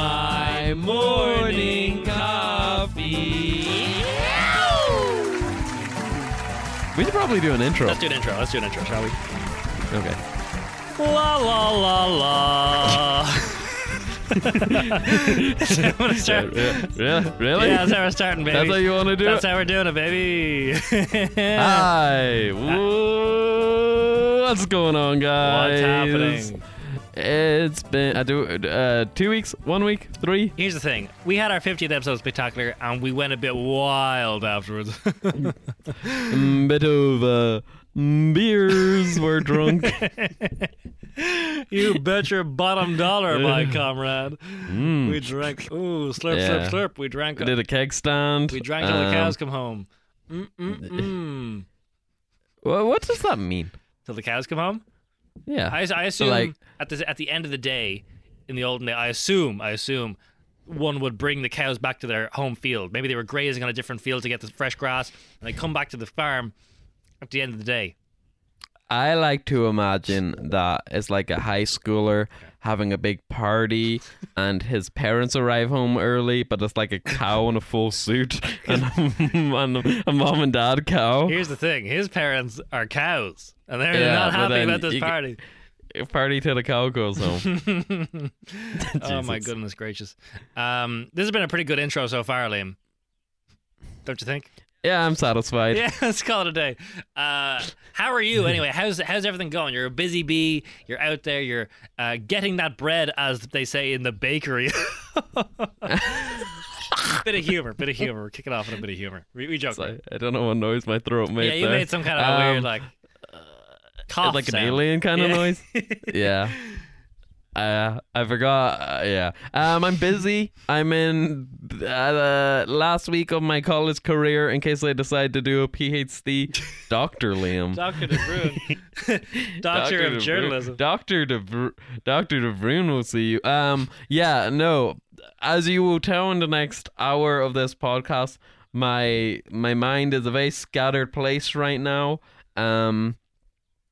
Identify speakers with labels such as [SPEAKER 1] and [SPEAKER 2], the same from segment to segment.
[SPEAKER 1] my morning coffee. We should probably do an intro.
[SPEAKER 2] Let's do an intro. Let's do an intro, shall we?
[SPEAKER 1] Okay.
[SPEAKER 2] La la la la. Is that what I start-
[SPEAKER 1] Yeah, yeah, really?
[SPEAKER 2] Yeah, that's how we're starting, baby.
[SPEAKER 1] That's how you want to do
[SPEAKER 2] That's
[SPEAKER 1] it? Ah,
[SPEAKER 2] how we're doing it, baby.
[SPEAKER 1] Hi. Whoa, What's going on, guys?
[SPEAKER 2] What's happening?
[SPEAKER 1] It's been I do uh, two weeks, one week, three.
[SPEAKER 2] Here's the thing. We had our 50th episode of Spectacular, and we went a bit wild afterwards.
[SPEAKER 1] Mm, bit of uh, mm, beers. We're drunk.
[SPEAKER 2] you bet your bottom dollar, my comrade. We drank. Ooh, slurp,
[SPEAKER 1] Yeah.
[SPEAKER 2] slurp, slurp. We drank.
[SPEAKER 1] we Mm. did a keg stand.
[SPEAKER 2] we drank till the
[SPEAKER 1] Um,
[SPEAKER 2] cows come home. Mm mm mm.
[SPEAKER 1] wha- what does that mean?
[SPEAKER 2] Till the cows come home.
[SPEAKER 1] Yeah.
[SPEAKER 2] I, I assume
[SPEAKER 1] like-
[SPEAKER 2] at the at the end of the day, in the olden day, I assume I assume one would bring the cows back to their home field. Maybe they were grazing on a different field to get the fresh grass, and they come back to the farm at the end of the day.
[SPEAKER 1] I like to imagine that it's like a high schooler having a big party and his parents arrive home early, but it's like a cow in a full suit and, and a mom and dad cow.
[SPEAKER 2] Here's the thing: his parents are cows, and they're
[SPEAKER 1] Yeah,
[SPEAKER 2] not
[SPEAKER 1] but
[SPEAKER 2] happy
[SPEAKER 1] then
[SPEAKER 2] about this
[SPEAKER 1] you g-
[SPEAKER 2] party.
[SPEAKER 1] Party till the cow goes home.
[SPEAKER 2] oh my
[SPEAKER 1] Jesus.
[SPEAKER 2] goodness gracious! Um, this has been a pretty good intro so far, Liam. Don't you think?
[SPEAKER 1] yeah, I'm satisfied.
[SPEAKER 2] Yeah, let's call it a day. Uh, how are you anyway? How's how's everything going? You're a busy bee. You're out there. You're uh, getting that bread, as they say in the bakery. bit of humor, bit of humor. We're kicking off with a bit of humor. We, we joke.
[SPEAKER 1] So, I don't know what noise my throat made.
[SPEAKER 2] yeah, you
[SPEAKER 1] there.
[SPEAKER 2] made some kind of
[SPEAKER 1] Um,
[SPEAKER 2] weird like uh, cough,
[SPEAKER 1] like an
[SPEAKER 2] sound.
[SPEAKER 1] alien kind of
[SPEAKER 2] Yeah.
[SPEAKER 1] noise. yeah. Uh, I forgot. Uh, yeah. Um, I'm busy. I'm in uh, last week of my college career in case I decide to do a PhD. Dr. Liam.
[SPEAKER 2] Doctor De Bruin, doctor,
[SPEAKER 1] Dr.
[SPEAKER 2] of
[SPEAKER 1] Devru-
[SPEAKER 2] journalism.
[SPEAKER 1] Dr. Devru- Dr. DeBrun will see you. Um, yeah, no. As you will tell in the next hour of this podcast, my my mind is a very scattered place right now. Um,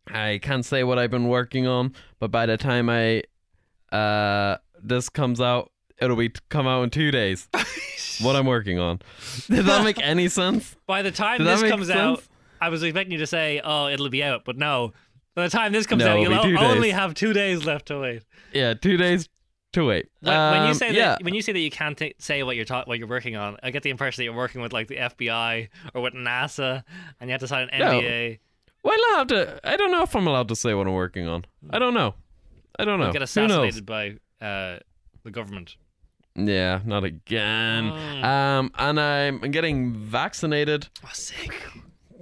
[SPEAKER 1] I can't say what I've been working on, but by the time I uh this comes out, it'll be come out in two days. what I'm working on. Does that make any sense?
[SPEAKER 2] By the time
[SPEAKER 1] Does that
[SPEAKER 2] this
[SPEAKER 1] make
[SPEAKER 2] comes out,
[SPEAKER 1] sense?
[SPEAKER 2] I was expecting you to say, "Oh, it'll be out," but no. By the time this comes
[SPEAKER 1] No,
[SPEAKER 2] out,
[SPEAKER 1] it'll
[SPEAKER 2] you'll
[SPEAKER 1] be
[SPEAKER 2] o-
[SPEAKER 1] two days.
[SPEAKER 2] only have two days left to wait.
[SPEAKER 1] Yeah, two days to wait.
[SPEAKER 2] When, when you
[SPEAKER 1] Um,
[SPEAKER 2] say
[SPEAKER 1] yeah.
[SPEAKER 2] that, when you say that you can't t- say what you're ta- what you're working on, I get the impression that you're working with like the FBI or with NASA, and you have to sign an
[SPEAKER 1] No.
[SPEAKER 2] NDA.
[SPEAKER 1] Well, I have to. I don't know if I'm allowed to say what I'm working on. I don't know. I don't know.
[SPEAKER 2] Get
[SPEAKER 1] Who knows?
[SPEAKER 2] assassinated by uh, the government.
[SPEAKER 1] Yeah, not again.
[SPEAKER 2] Mm.
[SPEAKER 1] Um, and I'm getting vaccinated.
[SPEAKER 2] Oh, sick.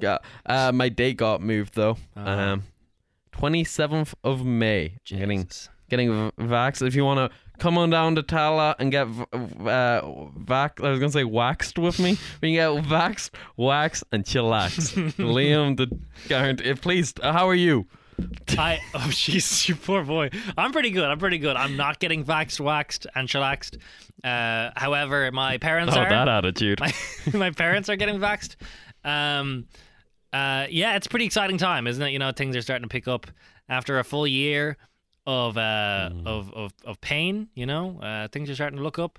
[SPEAKER 1] Yeah. Uh, my date got moved though.
[SPEAKER 2] Ah.
[SPEAKER 1] Um, 27th of May. I'm getting
[SPEAKER 2] Jesus.
[SPEAKER 1] getting v- vaxxed. If you want to come on down to Tala and get v- v- uh, vac, I was gonna say waxed with me. We can get vaxxed, waxed, and chillaxed. Liam, the guarantee. uh, Please, uh, how are you?
[SPEAKER 2] I oh jeez, you poor boy. I'm pretty good. I'm pretty good. I'm not getting vaxxed, waxed, and chillaxed. Uh, however, my parents
[SPEAKER 1] Oh,
[SPEAKER 2] are.
[SPEAKER 1] that attitude.
[SPEAKER 2] my, my parents are getting vaxxed. Um, uh, yeah, it's a pretty exciting time, isn't it? You know, things are starting to pick up after a full year of uh, of, of of pain. You know, uh, things are starting to look up.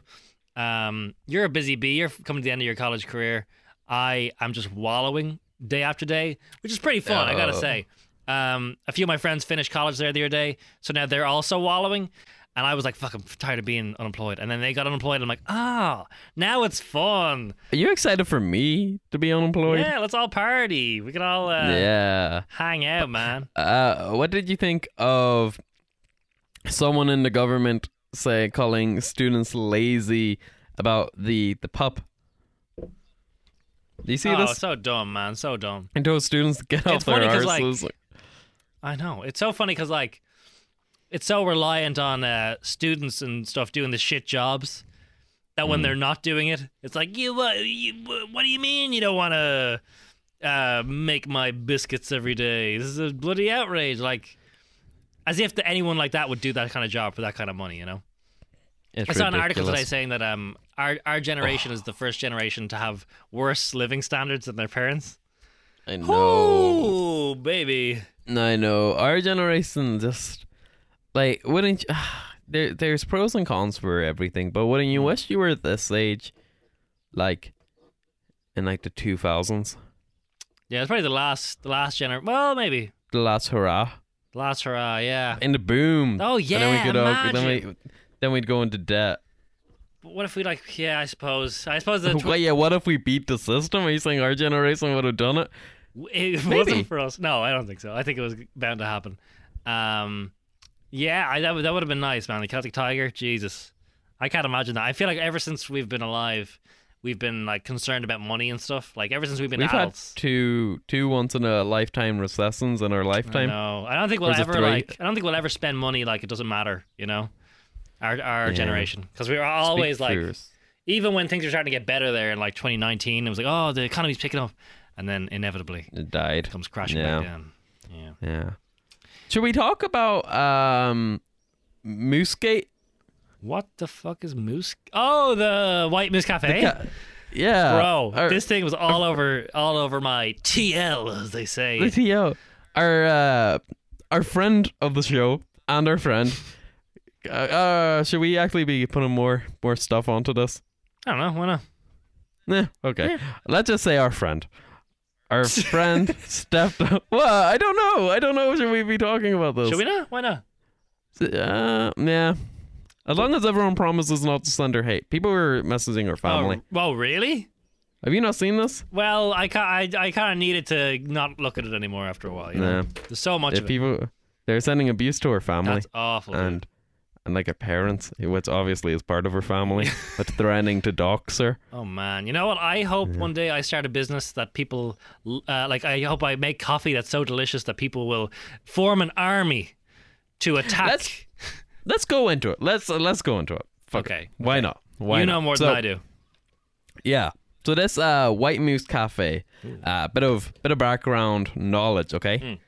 [SPEAKER 2] Um, you're a busy bee. You're coming to the end of your college career. I am just wallowing day after day, which is pretty fun. I gotta
[SPEAKER 1] Oh.
[SPEAKER 2] say. Um, a few of my friends finished college there the other day, so now they're also wallowing. And I was like, "Fuck, I'm tired of being unemployed." And then they got unemployed. And I'm like, "Ah, now it's fun.
[SPEAKER 1] Are you excited for me to be unemployed?
[SPEAKER 2] Yeah, let's all party. We can all uh,
[SPEAKER 1] Yeah.
[SPEAKER 2] hang out, man."
[SPEAKER 1] Uh, what did you think of someone in the government say calling students lazy about the the pup? Do you see
[SPEAKER 2] oh,
[SPEAKER 1] this?
[SPEAKER 2] so dumb, man. So dumb.
[SPEAKER 1] And told students to get off
[SPEAKER 2] It's
[SPEAKER 1] their
[SPEAKER 2] funny 'cause, like,
[SPEAKER 1] arses.
[SPEAKER 2] I know. It's so funny because like, it's so reliant on uh, students and stuff doing the shit jobs that
[SPEAKER 1] Mm.
[SPEAKER 2] when they're not doing it, it's like you. Uh, you wha- what do you mean you don't want to uh, make my biscuits every day? This is a bloody outrage. Like, as if that anyone like that would do that kind of job for that kind of money. You know.
[SPEAKER 1] It's
[SPEAKER 2] I saw an article today
[SPEAKER 1] ridiculous.
[SPEAKER 2] saying that um our our generation is the first generation to have worse living standards than their parents.
[SPEAKER 1] I know.
[SPEAKER 2] Ooh, baby.
[SPEAKER 1] I know. Our generation just like wouldn't. You, there there's pros and cons for everything, but wouldn't
[SPEAKER 2] Mm.
[SPEAKER 1] you wish you were at this age, like, in like the two thousands,
[SPEAKER 2] Yeah, it's probably the last, the last gener. Well, maybe
[SPEAKER 1] the last hurrah,
[SPEAKER 2] the last hurrah. Yeah.
[SPEAKER 1] in the boom.
[SPEAKER 2] Oh
[SPEAKER 1] And then we
[SPEAKER 2] yeah,
[SPEAKER 1] could all-
[SPEAKER 2] imagine.
[SPEAKER 1] then we then we'd go into debt.
[SPEAKER 2] But what if we like? Yeah, I suppose. I suppose that
[SPEAKER 1] Wait, yeah, what if we beat the system? Are you saying our generation would have done it?
[SPEAKER 2] it
[SPEAKER 1] Maybe.
[SPEAKER 2] wasn't for us. No, I don't think so. I think it was bound to happen. Um, yeah, I, that would that would have been nice, man. The Celtic Tiger, Jesus, I can't imagine that. I feel like ever since we've been alive, we've been like concerned about money and stuff. Like ever since we've been
[SPEAKER 1] We've had
[SPEAKER 2] adults.
[SPEAKER 1] two two once in a lifetime recessions in our lifetime.
[SPEAKER 2] No, I don't think we'll
[SPEAKER 1] There's a
[SPEAKER 2] ever
[SPEAKER 1] three.
[SPEAKER 2] like. I don't think we'll ever spend money like it doesn't matter. You know, our our
[SPEAKER 1] Yeah.
[SPEAKER 2] generation because we were
[SPEAKER 1] Speak
[SPEAKER 2] always
[SPEAKER 1] for
[SPEAKER 2] like
[SPEAKER 1] yours.
[SPEAKER 2] even when things were starting to get better there in like 2019, it was like oh the economy's picking up, and then inevitably
[SPEAKER 1] it died.
[SPEAKER 2] it comes crashing
[SPEAKER 1] Yeah.
[SPEAKER 2] back down. Yeah.
[SPEAKER 1] Yeah. Should we talk about um Moosegate?
[SPEAKER 2] What the fuck is Moose? Oh, the White Moose Cafe.
[SPEAKER 1] Ca- yeah.
[SPEAKER 2] Bro,
[SPEAKER 1] Our-
[SPEAKER 2] this thing was all over all over my TL, as they
[SPEAKER 1] the
[SPEAKER 2] say.
[SPEAKER 1] TO. Our uh our friend of the show and our friend. Uh, uh should we actually be putting more more stuff onto this?
[SPEAKER 2] I don't know, why not?
[SPEAKER 1] Yeah, okay. Let's just say our friend. Our friend stepped up. Well, I don't know. I don't know. Should we be talking about this?
[SPEAKER 2] Should we not? Why not?
[SPEAKER 1] Uh, yeah. As long as everyone promises not to send her hate. People were messaging her family.
[SPEAKER 2] Oh, well, really?
[SPEAKER 1] Have you not seen this?
[SPEAKER 2] Well, I ca I, I kind of needed to not look at it anymore after a while. You know?
[SPEAKER 1] Nah.
[SPEAKER 2] There's so much
[SPEAKER 1] If
[SPEAKER 2] of it.
[SPEAKER 1] people they're sending abuse to her family
[SPEAKER 2] That's awful. dude.
[SPEAKER 1] and and like her parents, which obviously is part of her family, but threatening to dox her.
[SPEAKER 2] Oh man, you know what? I hope one day I start a business that people l- uh, like. I hope I make coffee that's so delicious that people will form an army to attack.
[SPEAKER 1] Let's- Let's go into it. Let's uh, let's go into it. Fuck it.
[SPEAKER 2] Okay,
[SPEAKER 1] Why not? Why
[SPEAKER 2] you
[SPEAKER 1] not?
[SPEAKER 2] know more
[SPEAKER 1] So-
[SPEAKER 2] than I do.
[SPEAKER 1] Yeah. So this uh, White Moose Cafe, uh, bit of bit of background knowledge, okay?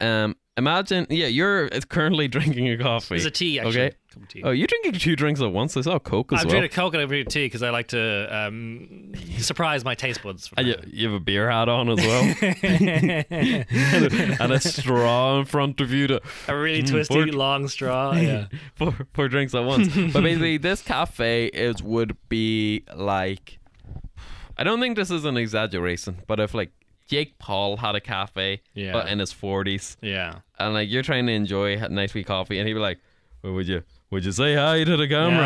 [SPEAKER 2] Hmm.
[SPEAKER 1] Um, imagine, yeah, you're uh, currently drinking a coffee.
[SPEAKER 2] There's a tea actually.
[SPEAKER 1] Okay.
[SPEAKER 2] Cup of tea.
[SPEAKER 1] Oh, you're drinking two drinks at once. I saw Coke as
[SPEAKER 2] I'm
[SPEAKER 1] well.
[SPEAKER 2] drinking Coke and I'm drinking tea because I like to um, surprise my taste buds. from
[SPEAKER 1] And you,
[SPEAKER 2] time
[SPEAKER 1] you have a beer hat on as well,
[SPEAKER 2] to time.
[SPEAKER 1] and, a, and a straw in front of you to
[SPEAKER 2] a really twisty
[SPEAKER 1] Mm, pork.
[SPEAKER 2] long straw. Yeah.
[SPEAKER 1] four four drinks at once. but basically, this cafe is would be like, I don't think this is an exaggeration, but if like Jake Paul had a cafe,
[SPEAKER 2] Yeah.
[SPEAKER 1] but in his forties,
[SPEAKER 2] yeah.
[SPEAKER 1] and like you're trying to enjoy a nice wee coffee, and he'd be like, well, "Would you would you say hi to the camera?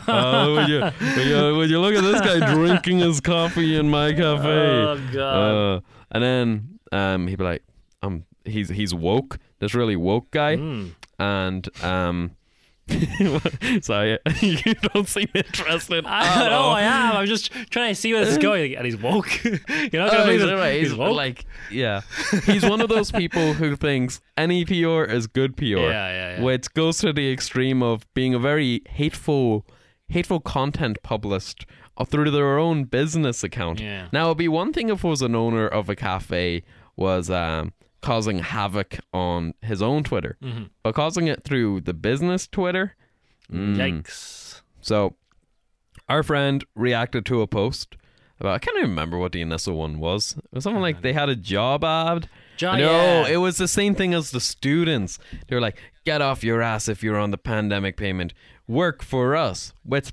[SPEAKER 1] huh? Uh, would, you, would you would you look at this guy drinking his coffee in my cafe?"
[SPEAKER 2] Oh god.
[SPEAKER 1] Uh, and then um, he'd be like, "Um, he's he's woke. This really woke guy,
[SPEAKER 2] Mm.
[SPEAKER 1] and um." Sorry, you don't seem interested.
[SPEAKER 2] I
[SPEAKER 1] at
[SPEAKER 2] know
[SPEAKER 1] all.
[SPEAKER 2] I am. I'm just trying to see where this is going, and he's woke. you know, what
[SPEAKER 1] Oh,
[SPEAKER 2] I mean?
[SPEAKER 1] he's alright.
[SPEAKER 2] he's,
[SPEAKER 1] He's
[SPEAKER 2] woke.
[SPEAKER 1] like, yeah, he's one of those people who thinks any PR is good PR.
[SPEAKER 2] yeah, yeah, yeah.
[SPEAKER 1] which goes to the extreme of being a very hateful, hateful content published uh, through their own business account.
[SPEAKER 2] Yeah.
[SPEAKER 1] Now it'd be one thing if it was an owner of a cafe was um, causing havoc on his own Twitter,
[SPEAKER 2] Mhm.
[SPEAKER 1] but causing it through the business Twitter. mm,
[SPEAKER 2] Yikes.
[SPEAKER 1] So, our friend reacted to a post. About, I can't even remember what the initial one was. It was something like they had a job ad.
[SPEAKER 2] John,
[SPEAKER 1] No,
[SPEAKER 2] yeah.
[SPEAKER 1] it was the same thing as the students. They were like, "Get off your ass if you're on the pandemic payment. Work for us," which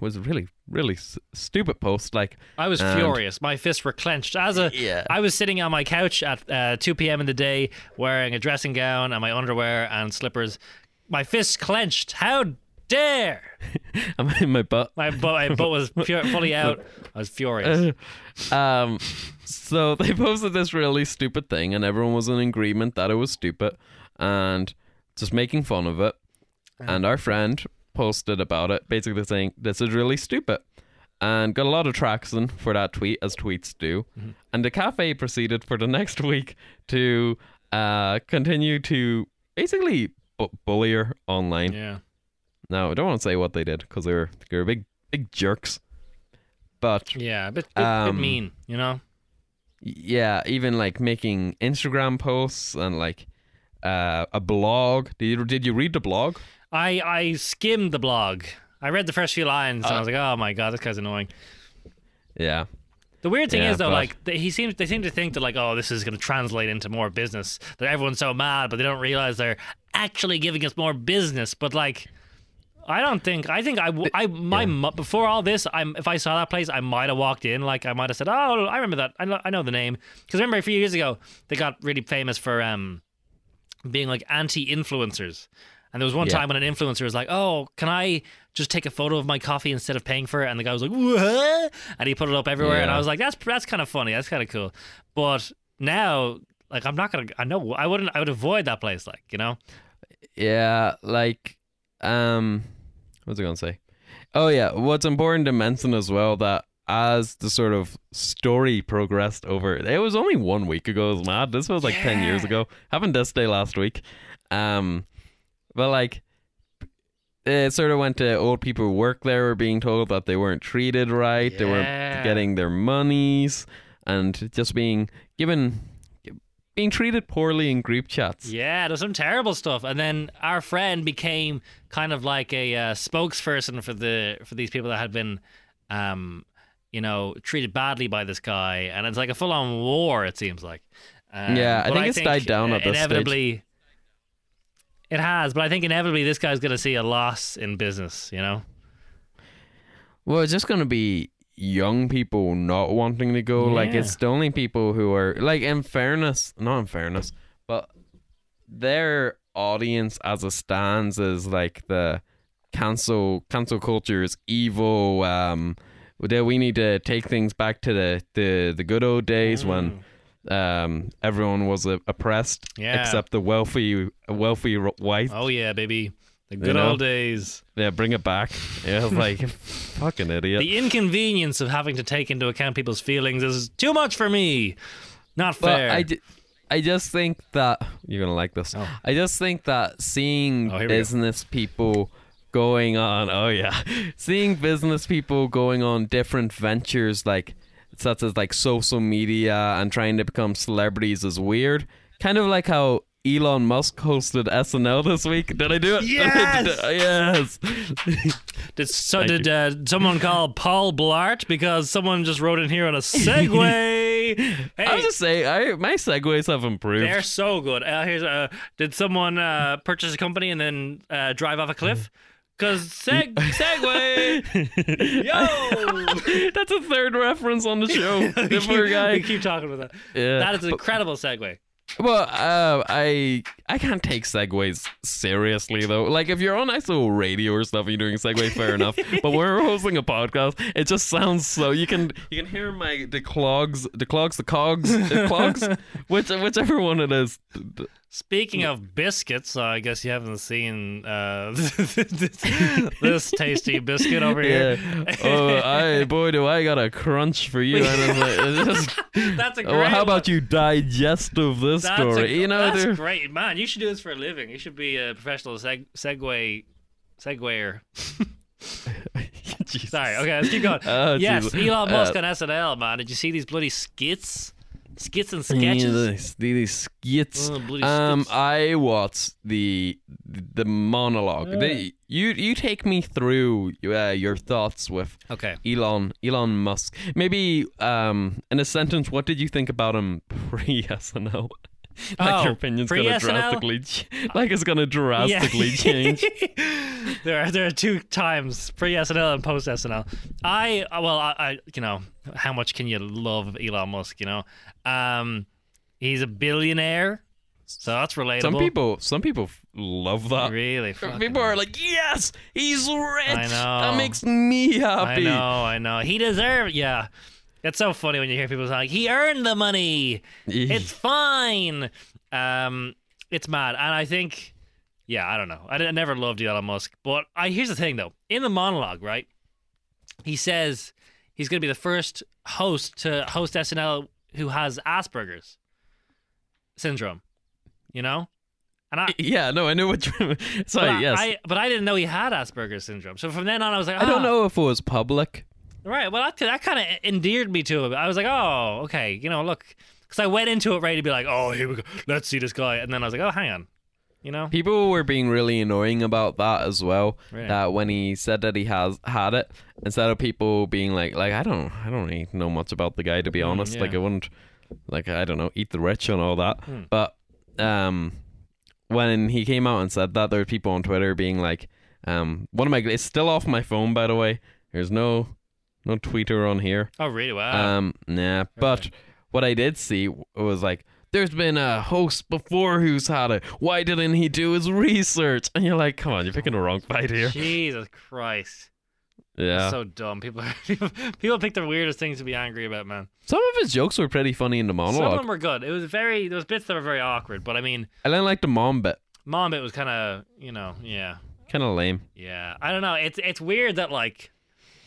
[SPEAKER 1] was really, really s- stupid post. Like,
[SPEAKER 2] I was
[SPEAKER 1] And-
[SPEAKER 2] furious. My fists were clenched. As a,
[SPEAKER 1] Yeah.
[SPEAKER 2] I was sitting on my couch at uh, 2 p.m. in the day, wearing a dressing gown and my underwear and slippers. My fists clenched. How dare!
[SPEAKER 1] I'm in my butt.
[SPEAKER 2] My butt, my butt was pure, fully out. I was furious.
[SPEAKER 1] Um, so they posted this really stupid thing, and everyone was in agreement that it was stupid, and just making fun of it. And our friend posted about it, basically saying this is really stupid, and got a lot of traction for that tweet, as tweets do. And the cafe proceeded for the next week to uh, continue to basically bu- bully her online.
[SPEAKER 2] Yeah.
[SPEAKER 1] Now I don't want to say what they did because they were they were big big jerks, but
[SPEAKER 2] Yeah. A bit, bit, bit
[SPEAKER 1] Um,
[SPEAKER 2] mean, you know?
[SPEAKER 1] yeah even like making instagram posts and like uh, a blog did you, did you read the blog
[SPEAKER 2] I, I skimmed the blog. I read the first few lines and I was
[SPEAKER 1] uh,
[SPEAKER 2] like, oh my God, this guy's annoying.
[SPEAKER 1] yeah
[SPEAKER 2] The weird thing
[SPEAKER 1] Yeah,
[SPEAKER 2] is though,
[SPEAKER 1] but-
[SPEAKER 2] like they, he seems they seem to think that like oh this is going to translate into more business. That everyone's so mad, but they don't realize they're actually giving us more business. But like I don't think. I think I, w- I my mu- before all this, I'm if I saw that place, I might have walked in. Like I might have said, "Oh, I remember that. I know, I know the name." Because remember a few years ago, they got really famous for um being like anti-influencers. And there was one
[SPEAKER 1] Yeah.
[SPEAKER 2] time when an influencer was like, "Oh, can I just take a photo of my coffee instead of paying for it?" And the guy was like, "What?" And he put it up everywhere, and
[SPEAKER 1] Yeah.
[SPEAKER 2] I was like, "That's that's kind of funny. That's kind of cool." But now, like, I'm not gonna. I know I wouldn't. I would avoid that place. Like, you know.
[SPEAKER 1] Yeah, like, um, what's I gonna say? Oh yeah, what's important to mention as well that as the sort of story progressed over, it was only one week ago. It was mad. This was like ten years
[SPEAKER 2] Yeah.
[SPEAKER 1] ago. Happened this day last week. Um, but like, it sort of went to old people who work there were being told that they weren't treated right. They
[SPEAKER 2] Yeah.
[SPEAKER 1] weren't getting their monies, and just being given, being treated poorly in group chats.
[SPEAKER 2] Yeah, there's some terrible stuff. And then our friend became kind of like a uh, spokesperson for the for these people that had been, um, you know, treated badly by this guy. And it's like a full on war. It seems like. Um,
[SPEAKER 1] Yeah, I
[SPEAKER 2] but
[SPEAKER 1] think it's died down
[SPEAKER 2] uh,
[SPEAKER 1] at this stage.
[SPEAKER 2] inevitably, It has, but I think inevitably this guy's going to see a loss in business. You know.
[SPEAKER 1] Well, it's just going to be young people not wanting to go. Like,
[SPEAKER 2] Yeah.
[SPEAKER 1] it's the only people who are, like, in fairness, not in fairness, but their audience as it stands is like the cancel cancel culture is evil. Um, that we need to take things back to the, the, the good old
[SPEAKER 2] Mm.
[SPEAKER 1] days when um everyone was uh, oppressed
[SPEAKER 2] Yeah.
[SPEAKER 1] except the wealthy wealthy r- white
[SPEAKER 2] Oh yeah, baby, the good
[SPEAKER 1] know?
[SPEAKER 2] old days.
[SPEAKER 1] yeah bring it back yeah like fucking idiot
[SPEAKER 2] The inconvenience of having to take into account people's feelings is too much for me. Not
[SPEAKER 1] Well,
[SPEAKER 2] fair.
[SPEAKER 1] I, ju- I just think that you're gonna like this.
[SPEAKER 2] Oh.
[SPEAKER 1] I just think that seeing
[SPEAKER 2] Oh, here we go.
[SPEAKER 1] business people going on, oh yeah, seeing business people going on different ventures like such as like social media and trying to become celebrities is weird. Kind of like how Elon Musk hosted SNL this week. Did I do it?
[SPEAKER 2] Yes!
[SPEAKER 1] yes.
[SPEAKER 2] Did so
[SPEAKER 1] Thank
[SPEAKER 2] did uh, someone call Paul Blart because someone just wrote in here on a Segway? hey,
[SPEAKER 1] I was just saying, I my segues have improved.
[SPEAKER 2] they're so good. Uh, here's uh, did someone uh, purchase a company and then uh, drive off a cliff? Cause seg- Segway. Yo!
[SPEAKER 1] That's a third reference on the show.
[SPEAKER 2] we,
[SPEAKER 1] the poor
[SPEAKER 2] keep, we
[SPEAKER 1] guy.
[SPEAKER 2] keep talking about that.
[SPEAKER 1] Yeah.
[SPEAKER 2] That is an incredible segue.
[SPEAKER 1] well, uh, I I can't take segues seriously though. Like if you're on actual radio or stuff, and you're doing segue, fair enough. But when we're hosting a podcast, it just sounds so. You can you can hear my the clogs, the clogs, the cogs, the clogs, which whichever one it is.
[SPEAKER 2] Speaking of biscuits, uh, I guess you haven't seen uh, this, this tasty biscuit over
[SPEAKER 1] Yeah.
[SPEAKER 2] here.
[SPEAKER 1] Oh, I boy, do I got a crunch for you. I don't know. It's just-
[SPEAKER 2] That's a great.
[SPEAKER 1] well, Oh, how
[SPEAKER 2] one.
[SPEAKER 1] about you digest of this
[SPEAKER 2] That's
[SPEAKER 1] story?
[SPEAKER 2] A,
[SPEAKER 1] you know,
[SPEAKER 2] that's
[SPEAKER 1] there-
[SPEAKER 2] great, man. You should do this for a living. You should be a professional seg- segue seguer.
[SPEAKER 1] Jesus.
[SPEAKER 2] Sorry. Okay, let's keep going.
[SPEAKER 1] Oh,
[SPEAKER 2] yes,
[SPEAKER 1] Jesus.
[SPEAKER 2] Elon Musk
[SPEAKER 1] Uh,
[SPEAKER 2] on SNL, man. Did you see these bloody skits, skits and
[SPEAKER 1] Yeah,
[SPEAKER 2] sketches?
[SPEAKER 1] these, these skits.
[SPEAKER 2] Oh, bloody
[SPEAKER 1] um,
[SPEAKER 2] skits.
[SPEAKER 1] I watched the the monologue. The- you you take me through uh, your thoughts with
[SPEAKER 2] Okay.
[SPEAKER 1] Elon Elon Musk. Maybe um in a sentence, what did you think about him pre SNL? like
[SPEAKER 2] Oh,
[SPEAKER 1] your opinion's gonna
[SPEAKER 2] pre-SNL?
[SPEAKER 1] drastically, ch- like it's gonna drastically change.
[SPEAKER 2] there are there are two times pre SNL and post SNL. I well I, I you know how much can you love Elon Musk? You know, um, he's a billionaire, so that's relatable.
[SPEAKER 1] Some people, some people f- love that.
[SPEAKER 2] really fucking-
[SPEAKER 1] People are like, yes, he's rich.
[SPEAKER 2] know.
[SPEAKER 1] That makes me happy.
[SPEAKER 2] I know, I know. He deserved. Yeah, it's so funny when you hear people like, "He earned the money. It's fine." Um, it's mad, and I think, yeah, I don't know. I, d- I never loved Elon Musk, but I here's the thing though. In the monologue, right, he says he's going to be the first host to host SNL who has Asperger's syndrome. You know, and I,
[SPEAKER 1] Yeah, no, I know what. you Sorry,
[SPEAKER 2] but I,
[SPEAKER 1] yes. I,
[SPEAKER 2] I- but I didn't know he had Asperger's syndrome. So from then on, I was like, ah.
[SPEAKER 1] don't know if it was public.
[SPEAKER 2] Right. Well, that, that kind of endeared me to him. I was like, oh, okay. You know, look, because I went into it ready to be like, oh, here we go. Let's see this guy. And then I was like, oh, hang on. You know?
[SPEAKER 1] People were being really annoying about that as well.
[SPEAKER 2] Really?
[SPEAKER 1] That when he said that he has had it, instead of people being like, like I don't, I don't really know much about the guy to be honest. Like
[SPEAKER 2] Mm, yeah. Hmm.
[SPEAKER 1] I wouldn't, like I don't know, eat the rich and all that. But um, when he came out and said that, there were people on Twitter being like, Um, one of my it's still off my phone by the way. There's no no tweeter on here.
[SPEAKER 2] Oh, really? Wow.
[SPEAKER 1] Um, nah. But what I did see w- was like, there's been a host before who's had it. Why didn't he do his research? And you're like, come on, you're picking the wrong fight here.
[SPEAKER 2] Jesus Christ.
[SPEAKER 1] Yeah.
[SPEAKER 2] So dumb. People, are, people pick the weirdest things to be angry about, man.
[SPEAKER 1] Some of his jokes were pretty funny in the
[SPEAKER 2] Some of
[SPEAKER 1] monologue.
[SPEAKER 2] them were good. It was very. There was bits that were very awkward, but I mean,
[SPEAKER 1] I didn't like the mom bit.
[SPEAKER 2] mom, it was kind of you know, yeah,
[SPEAKER 1] Kind of lame.
[SPEAKER 2] yeah. I don't know. It's it's weird that like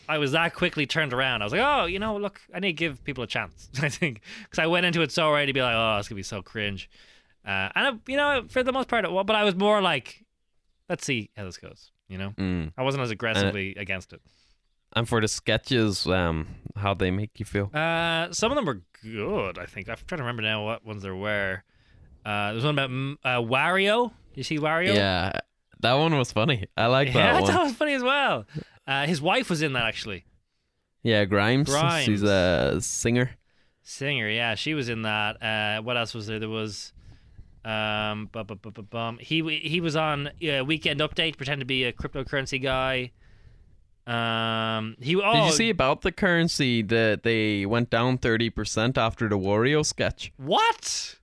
[SPEAKER 2] I was that quickly turned around. I was like, oh, you know, look, I need to give people a chance. I think because I went into it so ready to be like, oh, it's gonna be so cringe, uh, and I, you know, for the most part, it, wa- but I was more like, let's see how this goes. You know,
[SPEAKER 1] Mm.
[SPEAKER 2] I wasn't as aggressively against it.
[SPEAKER 1] And for the sketches, um, how they make you feel.
[SPEAKER 2] Uh, some of them were good. I think I'm trying to remember now what ones there were. Uh, there's one about mm, uh, Wario. You see Wario?
[SPEAKER 1] Yeah, that one was funny. I like
[SPEAKER 2] Yeah,
[SPEAKER 1] that
[SPEAKER 2] I
[SPEAKER 1] one.
[SPEAKER 2] thought it was funny as well. Uh, his wife was in that actually.
[SPEAKER 1] Yeah, Grimes.
[SPEAKER 2] Grimes.
[SPEAKER 1] She's a singer.
[SPEAKER 2] Singer, yeah, she was in that. Uh, what else was there? There was, um, bu- bu- bu- bu- bum. he w- he was on uh, Weekend Update, pretend to be a cryptocurrency guy. Um, he oh,
[SPEAKER 1] Did you see about the currency that they went down 30% after the Wario sketch?
[SPEAKER 2] what?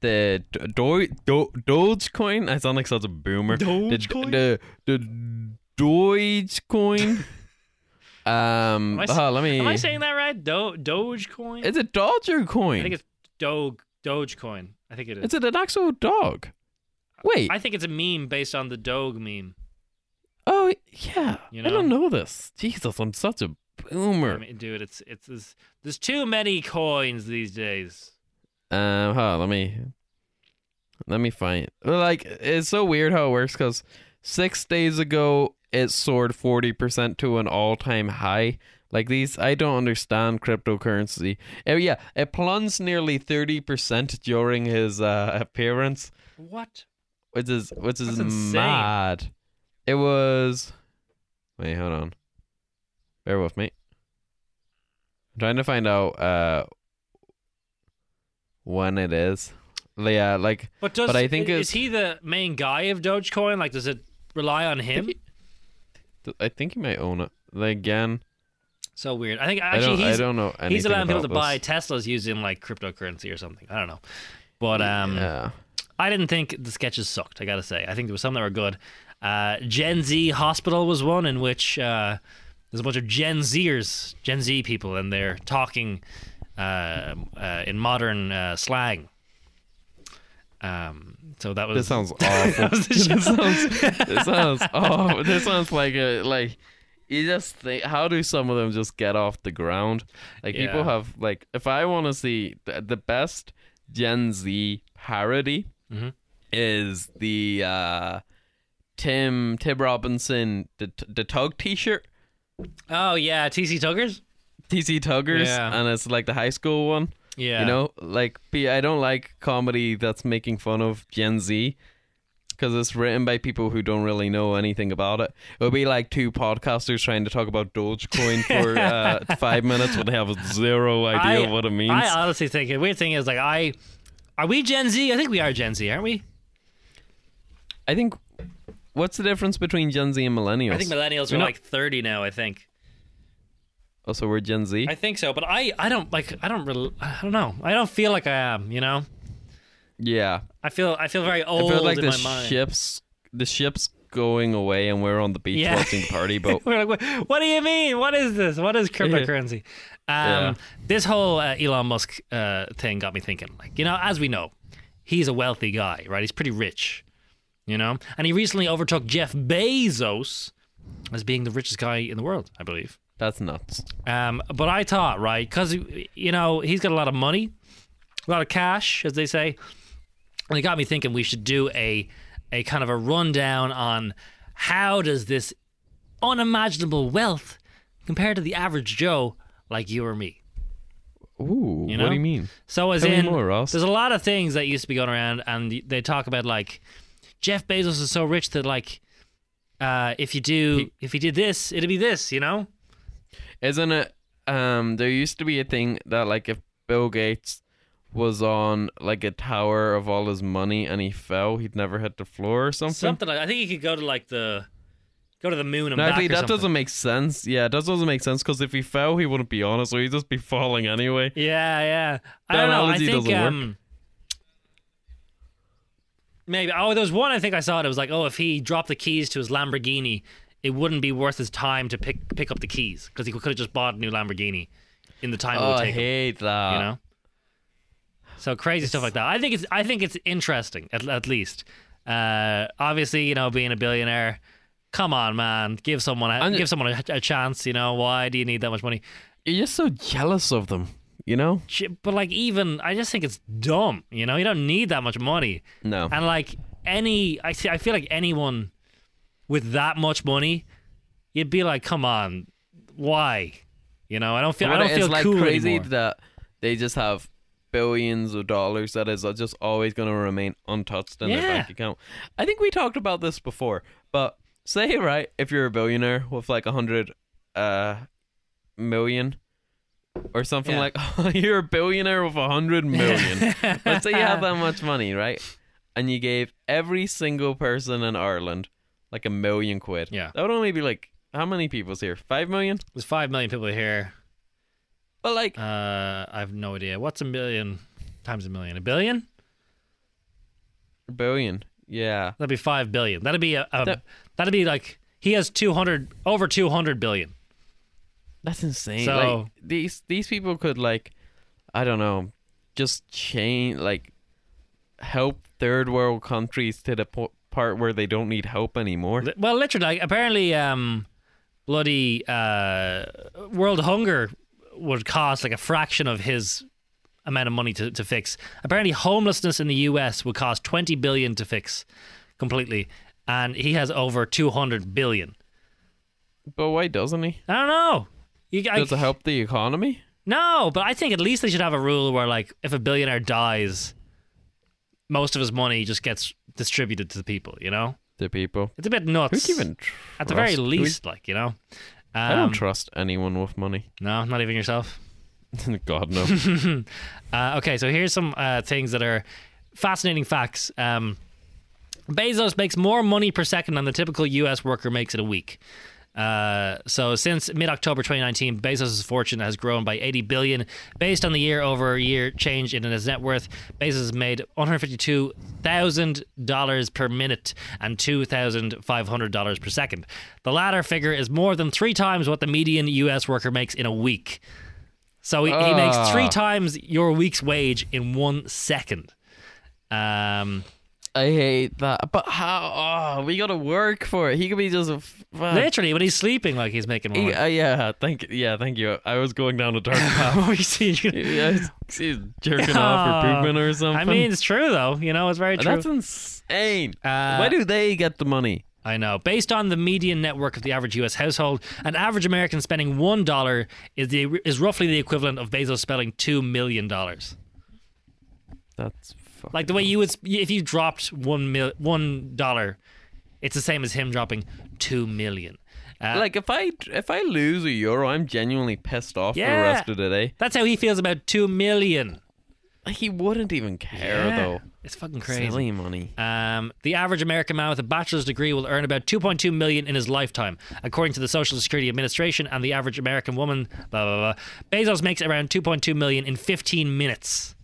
[SPEAKER 1] The do- do- do- Dogecoin? I sound like such a boomer.
[SPEAKER 2] Dogecoin?
[SPEAKER 1] The, the, the Dogecoin? um,
[SPEAKER 2] Am I s-
[SPEAKER 1] oh, let me.
[SPEAKER 2] Am I saying that right? Do- Dogecoin.
[SPEAKER 1] It's a Dodger coin.
[SPEAKER 2] I think it's Doge Dogecoin. I think it is.
[SPEAKER 1] Is it an actual dog? Wait.
[SPEAKER 2] I think it's a meme based on the Doge meme.
[SPEAKER 1] oh, yeah.
[SPEAKER 2] You
[SPEAKER 1] I don't know this. Jesus, I'm such a boomer.
[SPEAKER 2] I mean, dude, it's it's there's, there's too many coins these days.
[SPEAKER 1] Um, huh, let me let me find. well, Like it's so weird how it works because six days ago it soared forty percent to an all-time high. Like these, I don't understand cryptocurrency. Oh yeah, it plunged nearly thirty percent during his uh, appearance,
[SPEAKER 2] What?
[SPEAKER 1] which is which is
[SPEAKER 2] That's insane.
[SPEAKER 1] mad. It was. Wait, hold on. Bear with me. I'm trying to find out uh when it is. Yeah, like
[SPEAKER 2] But does
[SPEAKER 1] But I think
[SPEAKER 2] i-
[SPEAKER 1] it's-
[SPEAKER 2] is he the main guy of Dogecoin? Like, does it rely on him?
[SPEAKER 1] th- I think he might own it. Like, Again,
[SPEAKER 2] So weird. I think
[SPEAKER 1] I
[SPEAKER 2] actually
[SPEAKER 1] don't, I
[SPEAKER 2] he's
[SPEAKER 1] don't know anything
[SPEAKER 2] he's allowing people to
[SPEAKER 1] about
[SPEAKER 2] buy
[SPEAKER 1] this.
[SPEAKER 2] Teslas using like cryptocurrency or something. I don't know. But um,
[SPEAKER 1] yeah.
[SPEAKER 2] I didn't think the sketches sucked. I gotta say, I think there was some that were good. Uh, Gen Z Hospital was one in which uh, there's a bunch of Gen Zers, Gen Z people, and they're talking uh, uh, in modern uh, slang. Um, so that was
[SPEAKER 1] This sounds awful.
[SPEAKER 2] that was the
[SPEAKER 1] this
[SPEAKER 2] show.
[SPEAKER 1] sounds this sounds awful. This sounds like a like. You just think, how do some of them just get off the ground? Like people
[SPEAKER 2] Yeah.
[SPEAKER 1] have like, if I want to see the, the best Gen Z parody
[SPEAKER 2] Mhm.
[SPEAKER 1] is the uh Tim Tib Robinson the the Tug T-shirt.
[SPEAKER 2] oh yeah, TC Tuggers.
[SPEAKER 1] TC Tuggers,
[SPEAKER 2] Yeah.
[SPEAKER 1] and it's like the high school one.
[SPEAKER 2] Yeah,
[SPEAKER 1] You know, like P- I don't like comedy that's making fun of Gen Z because it's written by people who don't really know anything about it. It would be like two podcasters trying to talk about Dogecoin for uh, five minutes when they have zero idea
[SPEAKER 2] I-
[SPEAKER 1] what it means.
[SPEAKER 2] I uh, honestly think the weird thing is like I are we Gen Z? I think we are Gen Z, aren't we?
[SPEAKER 1] I think what's the difference between Gen Z and millennials?
[SPEAKER 2] I think millennials are
[SPEAKER 1] We're not-
[SPEAKER 2] like 30 now. I think.
[SPEAKER 1] oh, so we're Gen Z.
[SPEAKER 2] I think so, but I, I don't like I don't really I don't know I don't feel like I am you know
[SPEAKER 1] yeah,
[SPEAKER 2] I feel I feel very
[SPEAKER 1] I
[SPEAKER 2] old
[SPEAKER 1] feel like
[SPEAKER 2] in
[SPEAKER 1] the
[SPEAKER 2] my mind.
[SPEAKER 1] ships, the ships going away, and we're on the beach
[SPEAKER 2] Yeah.
[SPEAKER 1] watching Party Boat.
[SPEAKER 2] We're like, "What- what do you mean? What is this? What is cryptocurrency?
[SPEAKER 1] Yeah.
[SPEAKER 2] Um, This whole uh, Elon Musk uh, thing got me thinking. Like you know, as we know, he's a wealthy guy, right? He's pretty rich, you know, and he recently overtook Jeff Bezos as being the richest guy in the world, I believe.
[SPEAKER 1] That's nuts.
[SPEAKER 2] Um, but I thought, right, because you know he's got a lot of money, a lot of cash, as they say, and it got me thinking we should do a a kind of a rundown on how does this unimaginable wealth compare to the average Joe like you or me.
[SPEAKER 1] Ooh,
[SPEAKER 2] You
[SPEAKER 1] what
[SPEAKER 2] know?
[SPEAKER 1] do you mean?
[SPEAKER 2] So as
[SPEAKER 1] Tell me
[SPEAKER 2] in,
[SPEAKER 1] more, Ross.
[SPEAKER 2] there's a lot of things that used to be going around, and they talk about like Jeff Bezos is so rich that like uh, if you do if he did this, it'd be this, you know.
[SPEAKER 1] Isn't it? Um, there used to be a thing that like if Bill Gates was on like a tower of all his money and he fell, he'd never hit the floor or something.
[SPEAKER 2] Something like I think you could go to like the Go to the moon and
[SPEAKER 1] No,
[SPEAKER 2] back.
[SPEAKER 1] actually,
[SPEAKER 2] or
[SPEAKER 1] that
[SPEAKER 2] something.
[SPEAKER 1] doesn't make sense. Yeah, that doesn't make sense because if he fell, he wouldn't be on it, so he'd just be falling anyway.
[SPEAKER 2] Yeah, yeah. I
[SPEAKER 1] That
[SPEAKER 2] don't know. I
[SPEAKER 1] analogy
[SPEAKER 2] think
[SPEAKER 1] doesn't work.
[SPEAKER 2] um, maybe. Oh, there was one I think I saw. It. it was like, oh, if he dropped the keys to his Lamborghini, it wouldn't be worth his time to pick pick up the keys because he could have just bought a new Lamborghini in the time it
[SPEAKER 1] Oh,
[SPEAKER 2] would
[SPEAKER 1] I
[SPEAKER 2] take. him,
[SPEAKER 1] hate that.
[SPEAKER 2] you know. So crazy stuff like that. I think it's I think it's interesting at, at least. Uh, obviously, you know, being a billionaire. Come on, man! Give someone a,
[SPEAKER 1] And-
[SPEAKER 2] give someone a, a chance. You know, why do you need that much money?
[SPEAKER 1] You're just so jealous of them, you know?
[SPEAKER 2] Ch- but like even I just think it's dumb. You know, you don't need that much money,
[SPEAKER 1] No.
[SPEAKER 2] and like any, I see, I feel like anyone with that much money, you'd be like, come on, why? You know, I don't feel, I
[SPEAKER 1] But
[SPEAKER 2] don't
[SPEAKER 1] it's
[SPEAKER 2] feel
[SPEAKER 1] like
[SPEAKER 2] cool
[SPEAKER 1] crazy
[SPEAKER 2] anymore.
[SPEAKER 1] that they just have billions of dollars that is just always going to remain untouched in their
[SPEAKER 2] Yeah.
[SPEAKER 1] bank account. I think we talked about this before, but say right if you're a billionaire with like a hundred uh, million or something
[SPEAKER 2] Yeah.
[SPEAKER 1] like you're a billionaire with a hundred million. Let's say you have that much money, right? And you gave every single person in Ireland like a million quid.
[SPEAKER 2] Yeah.
[SPEAKER 1] that would only be like how many people's here? Five million.
[SPEAKER 2] There's five million people here.
[SPEAKER 1] But like.
[SPEAKER 2] Uh, I have no idea. What's a million times a million? A billion?
[SPEAKER 1] Billion. Yeah.
[SPEAKER 2] That'd be five billion. That'd be a, a
[SPEAKER 1] That-
[SPEAKER 2] that'd be like he has two hundred over two hundred billion.
[SPEAKER 1] That's insane. like
[SPEAKER 2] So-
[SPEAKER 1] these these people could like I don't know, just change like help third world countries to the po- part where they don't need help anymore.
[SPEAKER 2] Li- Well, literally, like, apparently, um, bloody uh, world hunger would cost like a fraction of his amount of money to, to fix. Apparently, homelessness in the U.S. would cost twenty billion to fix completely, and he has over two hundred billion.
[SPEAKER 1] But why doesn't he?
[SPEAKER 2] I don't know. You, I,
[SPEAKER 1] Does it help the economy?
[SPEAKER 2] No, but I think at least they should have a rule where, like, if a billionaire dies, most of his money just gets distributed to the people. You know,
[SPEAKER 1] The people.
[SPEAKER 2] it's a bit nuts.
[SPEAKER 1] Who's even
[SPEAKER 2] at the very
[SPEAKER 1] trust- who
[SPEAKER 2] least, like you know. Um,
[SPEAKER 1] I don't trust anyone with money.
[SPEAKER 2] No, not even yourself.
[SPEAKER 1] God no.
[SPEAKER 2] Uh, okay, so here's some uh, things that are fascinating facts. Um, Bezos makes more money per second than the typical U.S. worker makes in a week. Uh, so since mid-October 2019, Bezos' fortune has grown by 80 billion, based on the year-over-year change in his net worth. Bezos has made 152,000 dollars per minute and 2,500 dollars per second. The latter figure is more than three times what the median U.S. worker makes in a week. So he, he makes three
[SPEAKER 1] Ah.
[SPEAKER 2] times your week's wage in one second. Um,
[SPEAKER 1] I hate that. But how? Oh, we gotta work for it. He could be just a f- fuck.
[SPEAKER 2] literally, when he's sleeping, like he's making more.
[SPEAKER 1] He-
[SPEAKER 2] money.
[SPEAKER 1] uh, yeah, thank yeah, thank you. I was going down a dark path.
[SPEAKER 2] What were you saying?
[SPEAKER 1] yeah, he's- he's jerking off or
[SPEAKER 2] Aw.
[SPEAKER 1] pooping or something.
[SPEAKER 2] Oh, I mean, it's true though. You know, it's very true.
[SPEAKER 1] that's insane.
[SPEAKER 2] Uh,
[SPEAKER 1] Why do they get the money?
[SPEAKER 2] I know. Based on the median network of the average U.S. household, an average American spending one dollar is the is roughly the equivalent of Bezos spending two million dollars.
[SPEAKER 1] That's fuck.
[SPEAKER 2] Like the way you would, sp- if you dropped one mil one dollar, it's the same as him dropping two million. Uh,
[SPEAKER 1] like if I if I lose a euro, I'm genuinely pissed off for the
[SPEAKER 2] Yeah.
[SPEAKER 1] rest of the day.
[SPEAKER 2] that's how he feels about two million.
[SPEAKER 1] He wouldn't even care
[SPEAKER 2] Yeah.
[SPEAKER 1] though.
[SPEAKER 2] It's fucking crazy.
[SPEAKER 1] Silly money.
[SPEAKER 2] Um, the average American man with a bachelor's degree will earn about 2.2 million in his lifetime, according to the Social Security Administration. And the average American woman, blah blah blah. Bezos makes around 2.2 million in 15 minutes.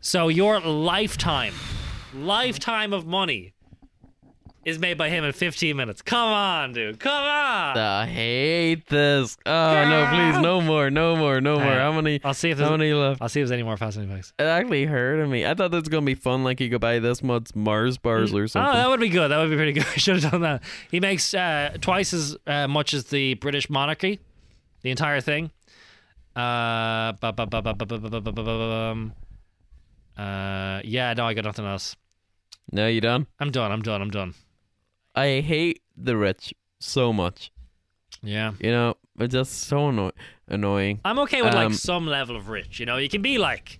[SPEAKER 2] So your lifetime, lifetime of money, is made by him in 15 minutes. Come on, dude. Come on.
[SPEAKER 1] I hate this. Oh no, please, no more, no more, no more.
[SPEAKER 2] right.
[SPEAKER 1] How many?
[SPEAKER 2] I'll see if
[SPEAKER 1] How
[SPEAKER 2] there's-
[SPEAKER 1] many left?
[SPEAKER 2] I'll see if there's any more fascinating facts.
[SPEAKER 1] It actually hurted me. I thought this was gonna be fun. Like you could buy this much Mars bars or
[SPEAKER 2] Oh,
[SPEAKER 1] something.
[SPEAKER 2] that would be good. That would be pretty good. I should have done that. He makes uh, twice as uh, much as the British monarchy, the entire thing. Uh, bu- bu- bu- bu- bu- bu- bu- bu- bu- bu- bu- um, uh, yeah, no, I got nothing else.
[SPEAKER 1] no, you done?
[SPEAKER 2] I'm done. I'm done. I'm done.
[SPEAKER 1] I hate the rich so much.
[SPEAKER 2] Yeah.
[SPEAKER 1] You know, it's just so anno- annoying.
[SPEAKER 2] I'm okay with
[SPEAKER 1] Um,
[SPEAKER 2] like some level of rich. You know, you can be like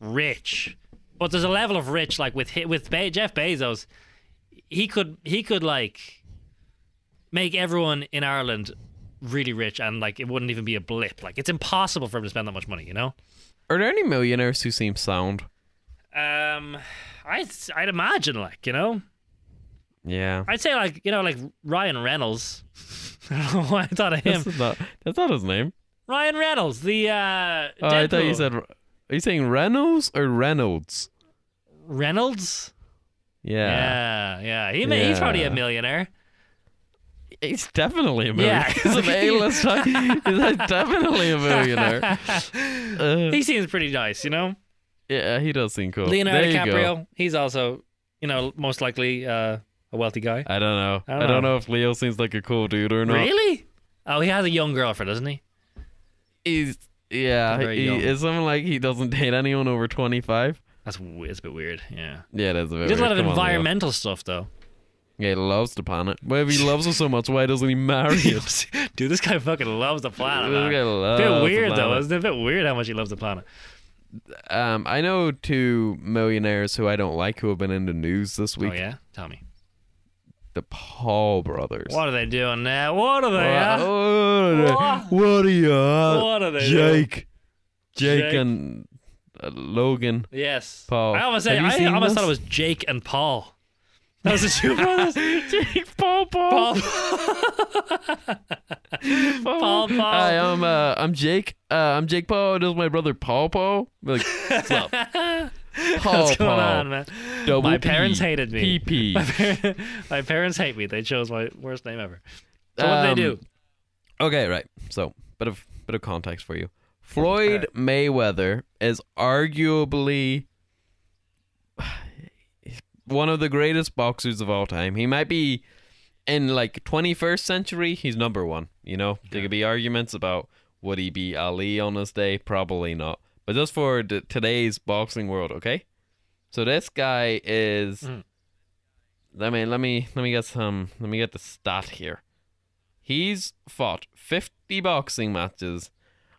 [SPEAKER 2] rich, but there's a level of rich like with hi- with Be- Jeff Bezos, he could he could like make everyone in Ireland really rich and like it wouldn't even be a blip. Like it's impossible for him to spend that much money. You know.
[SPEAKER 1] Are there any millionaires who seem sound?
[SPEAKER 2] Um, I I'd imagine like you know.
[SPEAKER 1] Yeah.
[SPEAKER 2] I'd say like you know like Ryan Reynolds. I don't know why I thought of him.
[SPEAKER 1] That's not, that's not his name.
[SPEAKER 2] Ryan Reynolds, the uh,
[SPEAKER 1] Oh, I thought you
[SPEAKER 2] Deadpool.
[SPEAKER 1] said. Are you saying Reynolds or Reynolds?
[SPEAKER 2] Reynolds.
[SPEAKER 1] Yeah.
[SPEAKER 2] Yeah, yeah. He may, he's probably a
[SPEAKER 1] Yeah.
[SPEAKER 2] millionaire.
[SPEAKER 1] He's definitely a millionaire.
[SPEAKER 2] Yeah.
[SPEAKER 1] He's an A-list. He's definitely a millionaire. Uh,
[SPEAKER 2] he seems pretty nice, you know.
[SPEAKER 1] yeah, he does seem cool.
[SPEAKER 2] Leonardo
[SPEAKER 1] There you go.
[SPEAKER 2] DiCaprio. He's also you know most likely uh, a wealthy guy.
[SPEAKER 1] I don't know. I don't, know. if Leo seems like a cool dude or not.
[SPEAKER 2] Really? Oh, he has a young girlfriend, doesn't he?
[SPEAKER 1] He's yeah.
[SPEAKER 2] Very
[SPEAKER 1] He,
[SPEAKER 2] young.
[SPEAKER 1] it's something like he doesn't date anyone over twenty-five.
[SPEAKER 2] That's weird. It's a bit weird. Yeah.
[SPEAKER 1] Yeah, that's a bit.
[SPEAKER 2] He
[SPEAKER 1] weird.
[SPEAKER 2] does a lot of
[SPEAKER 1] Come on, Leo.
[SPEAKER 2] environmental stuff, though.
[SPEAKER 1] yeah, he loves the planet. Well, if he loves us so much, why doesn't he marry us?
[SPEAKER 2] Dude, this guy fucking loves the planet.
[SPEAKER 1] This guy
[SPEAKER 2] Man. A
[SPEAKER 1] loves
[SPEAKER 2] bit
[SPEAKER 1] the
[SPEAKER 2] weird though,
[SPEAKER 1] planet.
[SPEAKER 2] isn't it? A bit weird how much he loves the planet.
[SPEAKER 1] Um, I know two millionaires who I don't like who have been in the news this week.
[SPEAKER 2] oh yeah, tell me,
[SPEAKER 1] The Paul brothers.
[SPEAKER 2] what are they doing now? What are they?
[SPEAKER 1] What,
[SPEAKER 2] uh?
[SPEAKER 1] what are they- what are you at?
[SPEAKER 2] What are they doing?
[SPEAKER 1] Jake. Jake,
[SPEAKER 2] Jake.
[SPEAKER 1] and uh, Logan.
[SPEAKER 2] Yes,
[SPEAKER 1] Paul.
[SPEAKER 2] I almost
[SPEAKER 1] Have
[SPEAKER 2] said
[SPEAKER 1] you
[SPEAKER 2] I
[SPEAKER 1] seen
[SPEAKER 2] almost thought it
[SPEAKER 1] this?
[SPEAKER 2] was Jake and Paul. That was the two brothers.
[SPEAKER 1] Jake Paul
[SPEAKER 2] Paul. Paul, Paul.
[SPEAKER 1] Hi, I'm uh, I'm Jake. Uh, I'm Jake Paul. This is my brother Paul Paul. Like, what's up? Paul
[SPEAKER 2] What's going
[SPEAKER 1] Oh, Paul.
[SPEAKER 2] on, man?
[SPEAKER 1] Double
[SPEAKER 2] My parents
[SPEAKER 1] P.
[SPEAKER 2] hated me.
[SPEAKER 1] PP.
[SPEAKER 2] my parents hate me. They chose my worst name ever. So what
[SPEAKER 1] Um,
[SPEAKER 2] did they do?
[SPEAKER 1] Okay, right. So, bit of bit of context for you. Floyd Mayweather is arguably one of the greatest boxers of all time. He might be in like 21st century, he's number 1, you know. There could be arguments about would he be Ali on his day? Probably not. But just for t- today's boxing world, okay? So this guy is
[SPEAKER 2] Mm.
[SPEAKER 1] I mean, let me let me get some let me get the stat here. He's fought 50 boxing matches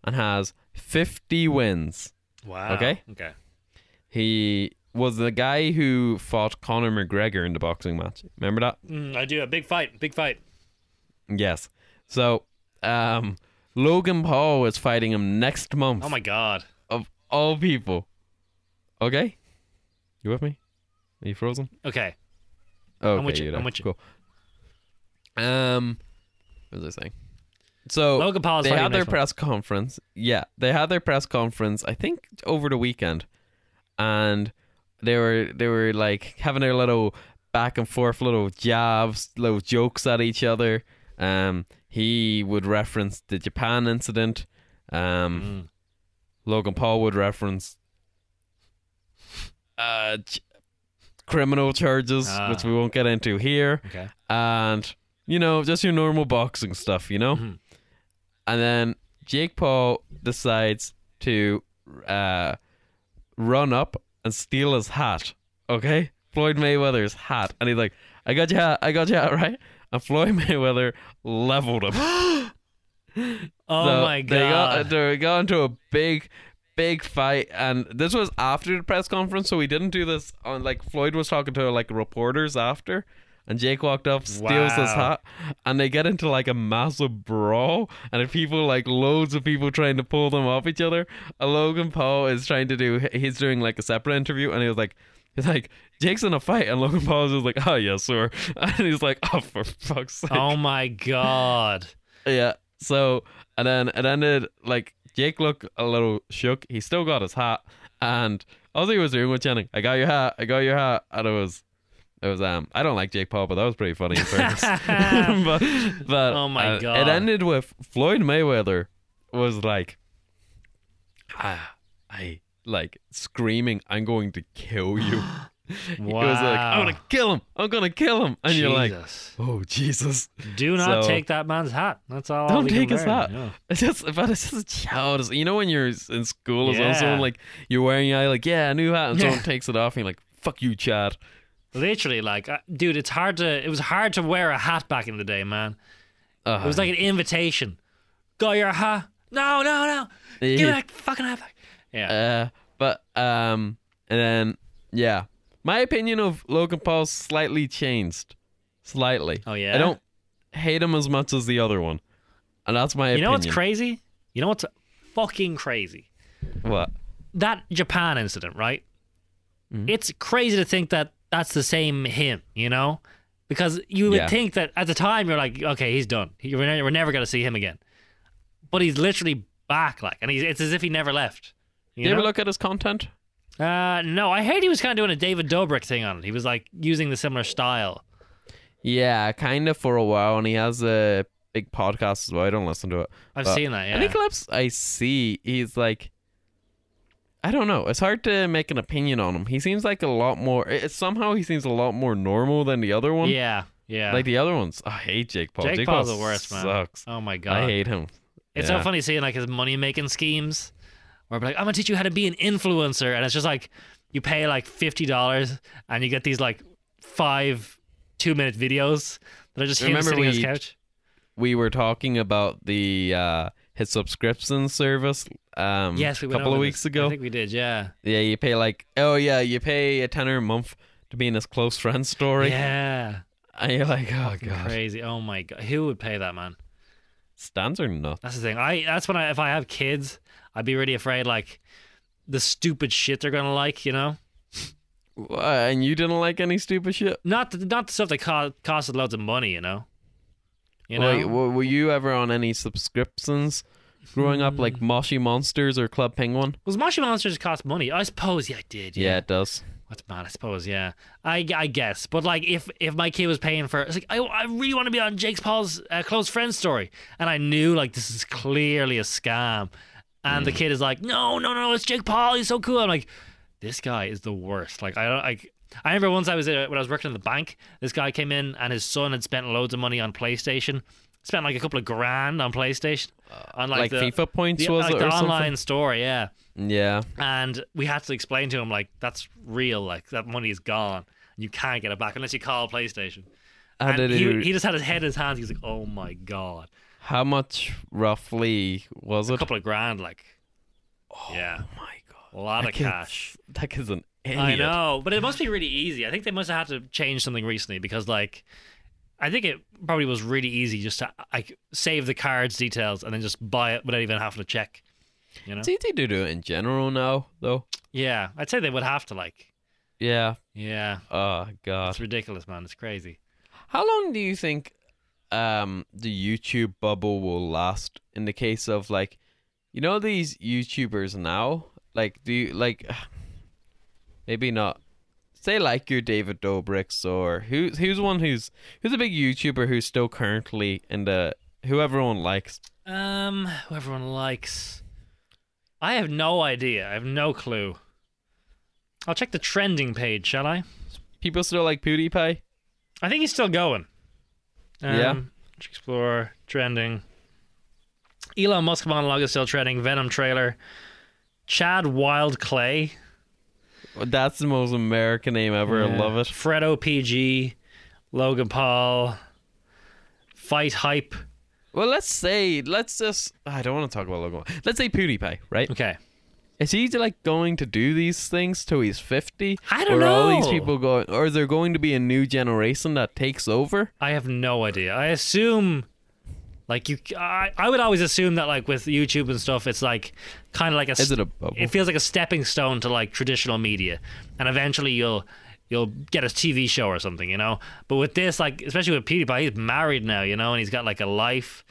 [SPEAKER 1] and has 50 wins.
[SPEAKER 2] Wow.
[SPEAKER 1] okay.
[SPEAKER 2] Okay.
[SPEAKER 1] He was the guy who fought Conor McGregor in the boxing match. Remember that?
[SPEAKER 2] Mm, I do a big fight. Big fight.
[SPEAKER 1] Yes. So, um, Logan Paul is fighting him next month
[SPEAKER 2] Oh my god.
[SPEAKER 1] of all people. Okay? You with me? Are you frozen?
[SPEAKER 2] Okay.
[SPEAKER 1] Okay,
[SPEAKER 2] with you,
[SPEAKER 1] you're there.
[SPEAKER 2] I'm with you.
[SPEAKER 1] Cool. Um, what was I saying? So
[SPEAKER 2] Logan Paul is
[SPEAKER 1] Oh, they
[SPEAKER 2] fighting
[SPEAKER 1] had their
[SPEAKER 2] next month.
[SPEAKER 1] press conference. Yeah, they had their press conference. I think over the weekend, and they were they were like having their little back and forth, little jabs, little jokes at each other. Um, he would reference the Japan incident. Um,
[SPEAKER 2] Mm.
[SPEAKER 1] Logan Paul would reference uh, ch- criminal charges,
[SPEAKER 2] Ah.
[SPEAKER 1] which we won't get into here
[SPEAKER 2] Okay.
[SPEAKER 1] and you know just your normal boxing stuff you know
[SPEAKER 2] Mhm.
[SPEAKER 1] and then jake paul decides to uh run up and steal his hat okay floyd mayweather's hat and he's like i got your hat i got your hat right and floyd mayweather leveled him
[SPEAKER 2] Oh
[SPEAKER 1] so
[SPEAKER 2] my
[SPEAKER 1] They got, uh,
[SPEAKER 2] god.
[SPEAKER 1] they got into a big, big fight, and this was after the press conference, so we didn't do this on like Floyd was talking to like reporters after. And Jake walked up, steals his
[SPEAKER 2] Wow.
[SPEAKER 1] hat, and they get into like a massive brawl. And the people, like loads of people, trying to pull them off each other. And Logan Paul is trying to do, he's doing like a separate interview, and he was like, he's like, Jake's in a fight, and Logan Paul is just like, oh yes, sir, and he's like, oh for fuck's sake.
[SPEAKER 2] oh my god.
[SPEAKER 1] Yeah. So and then it ended like Jake looked a little shook. He still got his hat, and all he was doing was chanting, "I got your hat, I got your hat," and it was, it was um. I don't like Jake Paul, but that was pretty funny. In fairness. but, but
[SPEAKER 2] Oh my
[SPEAKER 1] uh,
[SPEAKER 2] God.
[SPEAKER 1] it ended with Floyd Mayweather was like, ah, I like screaming, "I'm going to kill you." He was like, "I'm
[SPEAKER 2] Wow.
[SPEAKER 1] gonna kill him! I'm gonna kill him!" And you're like,
[SPEAKER 2] Jesus.
[SPEAKER 1] "Oh Jesus!"
[SPEAKER 2] do not
[SPEAKER 1] so-
[SPEAKER 2] take that man's hat. That's all.
[SPEAKER 1] Don't
[SPEAKER 2] we can
[SPEAKER 1] take his hat.
[SPEAKER 2] learn, yeah.
[SPEAKER 1] It's just, but it's just childish. You know when you're in school or
[SPEAKER 2] Yeah.
[SPEAKER 1] something, someone like you're wearing a like yeah a new hat, and
[SPEAKER 2] Yeah.
[SPEAKER 1] someone takes it off, and you're like, "Fuck you, Chad."
[SPEAKER 2] Literally, like, uh, dude, it's hard to. It was hard to wear a hat back in the day, man.
[SPEAKER 1] Uh,
[SPEAKER 2] It was like an invitation. Got your hat? No, no, no. Give me that fucking hat back.
[SPEAKER 1] uh,
[SPEAKER 2] Yeah.
[SPEAKER 1] but um, and then yeah, my opinion of Logan Paul slightly changed, slightly.
[SPEAKER 2] oh yeah.
[SPEAKER 1] I don't hate him as much as the other one, and that's my
[SPEAKER 2] You know
[SPEAKER 1] opinion.
[SPEAKER 2] what's crazy? You know what's fucking crazy?
[SPEAKER 1] What?
[SPEAKER 2] that Japan
[SPEAKER 1] Mm-hmm.
[SPEAKER 2] incident, right? It's crazy to think that that's the same him, you know? because you would
[SPEAKER 1] Yeah.
[SPEAKER 2] think that at the time you're like, okay, he's done. He- We're, ne- we're never going to see him again. But he's literally back, like, and he's, it's as if he never left.
[SPEAKER 1] Did
[SPEAKER 2] You
[SPEAKER 1] you ever
[SPEAKER 2] know?
[SPEAKER 1] look at his content?
[SPEAKER 2] uh, no, I heard he was kind of doing a David Dobrik thing on it. He was like using the similar style.
[SPEAKER 1] Yeah, kind of for a while, and he has a big podcast as well. I don't listen to it.
[SPEAKER 2] I've
[SPEAKER 1] Well,
[SPEAKER 2] seen that. Yeah,
[SPEAKER 1] Any clips I see, he's like, I don't know. It's hard to make an opinion on him. He seems like a lot more. It, somehow he seems a lot more normal than the other one.
[SPEAKER 2] yeah, yeah.
[SPEAKER 1] Like the other ones, I hate Jake Paul.
[SPEAKER 2] Jake Paul's the worst, man.
[SPEAKER 1] Sucks.
[SPEAKER 2] oh my god,
[SPEAKER 1] I hate him.
[SPEAKER 2] It's
[SPEAKER 1] Yeah.
[SPEAKER 2] so funny seeing like his money making schemes where I'm like, I'm gonna teach you how to be an influencer. And it's just like you pay like fifty dollars and you get these like five two minute videos that are just him
[SPEAKER 1] Remember
[SPEAKER 2] sitting on his
[SPEAKER 1] we-
[SPEAKER 2] couch.
[SPEAKER 1] We were talking about the uh his subscription service. Um,
[SPEAKER 2] Yes, we
[SPEAKER 1] a
[SPEAKER 2] went
[SPEAKER 1] couple
[SPEAKER 2] over
[SPEAKER 1] of
[SPEAKER 2] this.
[SPEAKER 1] weeks
[SPEAKER 2] I
[SPEAKER 1] ago.
[SPEAKER 2] think we did, yeah.
[SPEAKER 1] Yeah, you pay like oh yeah, you pay a tenner a month to be in his close friend story.
[SPEAKER 2] Yeah.
[SPEAKER 1] And you're like, oh god,
[SPEAKER 2] Crazy. Oh my god. Who would pay that man?
[SPEAKER 1] stands are nuts.
[SPEAKER 2] That's the thing. I that's when I if I have kids, I'd be really afraid like the stupid shit they're gonna like, you know?
[SPEAKER 1] Uh, and you didn't like any stupid shit.
[SPEAKER 2] Not the, not the stuff that co- costed loads of money, you know. You know,
[SPEAKER 1] Like, w- were you ever on any subscriptions growing up, like
[SPEAKER 2] Hmm.
[SPEAKER 1] Moshi Monsters or Club Penguin?
[SPEAKER 2] was Mashi Monsters cost money? I suppose, yeah, I did.
[SPEAKER 1] Yeah, it does.
[SPEAKER 2] What's mad, I suppose, yeah. I, I guess. But, like, if if my kid was paying for it's like, I, I really want to be on Jake's Paul's uh, close friend story. And I knew, like, this is clearly a scam. And the
[SPEAKER 1] Hmm.
[SPEAKER 2] kid is like, no, no, no, it's Jake Paul. He's so cool. I'm like, this guy is the worst. Like, I don't, like, I remember once I was uh, when I was working in the bank, this guy came in and his son had spent loads of money on PlayStation. Spent like a couple of grand on PlayStation, on
[SPEAKER 1] Uh, Like,
[SPEAKER 2] like, the,
[SPEAKER 1] FIFA points
[SPEAKER 2] the-
[SPEAKER 1] was
[SPEAKER 2] like
[SPEAKER 1] it
[SPEAKER 2] the
[SPEAKER 1] or
[SPEAKER 2] online store, yeah
[SPEAKER 1] something? Yeah,
[SPEAKER 2] and we had to explain to him like that's real like that money is gone and you can't get it back unless you call playstation
[SPEAKER 1] How
[SPEAKER 2] and
[SPEAKER 1] did
[SPEAKER 2] he,
[SPEAKER 1] it-
[SPEAKER 2] he just had his head in his hands he was like oh my god
[SPEAKER 1] How much roughly was
[SPEAKER 2] a
[SPEAKER 1] it?
[SPEAKER 2] couple of grand like yeah
[SPEAKER 1] Oh my god,
[SPEAKER 2] a lot of
[SPEAKER 1] That kid's-
[SPEAKER 2] cash
[SPEAKER 1] That kid's an idiot.
[SPEAKER 2] i know but it must be really easy i think they must have had to change something recently because like i think it probably was really easy just to like save the cards details and then just buy it without even having to check you know
[SPEAKER 1] It's easy to do it in general now, though.
[SPEAKER 2] yeah i'd say they would have to like
[SPEAKER 1] Yeah.
[SPEAKER 2] yeah
[SPEAKER 1] Oh god.
[SPEAKER 2] it's ridiculous man it's crazy
[SPEAKER 1] How long do you think um the YouTube bubble will last in the case of like you know these YouTubers now? Like do you like maybe not say like your David Dobrik's or who's who's one who's who's a big YouTuber who's still currently in the who everyone likes.
[SPEAKER 2] Um, who everyone likes. I have no idea. I have no clue. I'll check the trending page, shall I?
[SPEAKER 1] People still like PewDiePie?
[SPEAKER 2] I think he's still going. Um,
[SPEAKER 1] Yeah.
[SPEAKER 2] let's Explore trending. Elon Musk monologue is still trending. Venom trailer. Chad Wild Clay.
[SPEAKER 1] That's the most American name ever. I
[SPEAKER 2] Yeah.
[SPEAKER 1] love it.
[SPEAKER 2] Fred OPG. Logan Paul. Fight hype.
[SPEAKER 1] Well, let's say let's just I don't want to talk about Logan. Let's say PewDiePie, right?
[SPEAKER 2] Okay.
[SPEAKER 1] Is he like going to do these things till he's fifty?
[SPEAKER 2] I don't
[SPEAKER 1] or Are all these
[SPEAKER 2] know.
[SPEAKER 1] people going, or is there going to be a new generation that takes over?
[SPEAKER 2] I have no idea. I assume, like you, I, I would always assume that like with YouTube and stuff, it's like kind of like a.
[SPEAKER 1] Is it a
[SPEAKER 2] st-
[SPEAKER 1] bubble?
[SPEAKER 2] It feels like a stepping stone to like traditional media, and eventually you'll you'll get a TV show or something, you know. But with this, like especially with PewDiePie, he's married now, you know, and he's got like a life.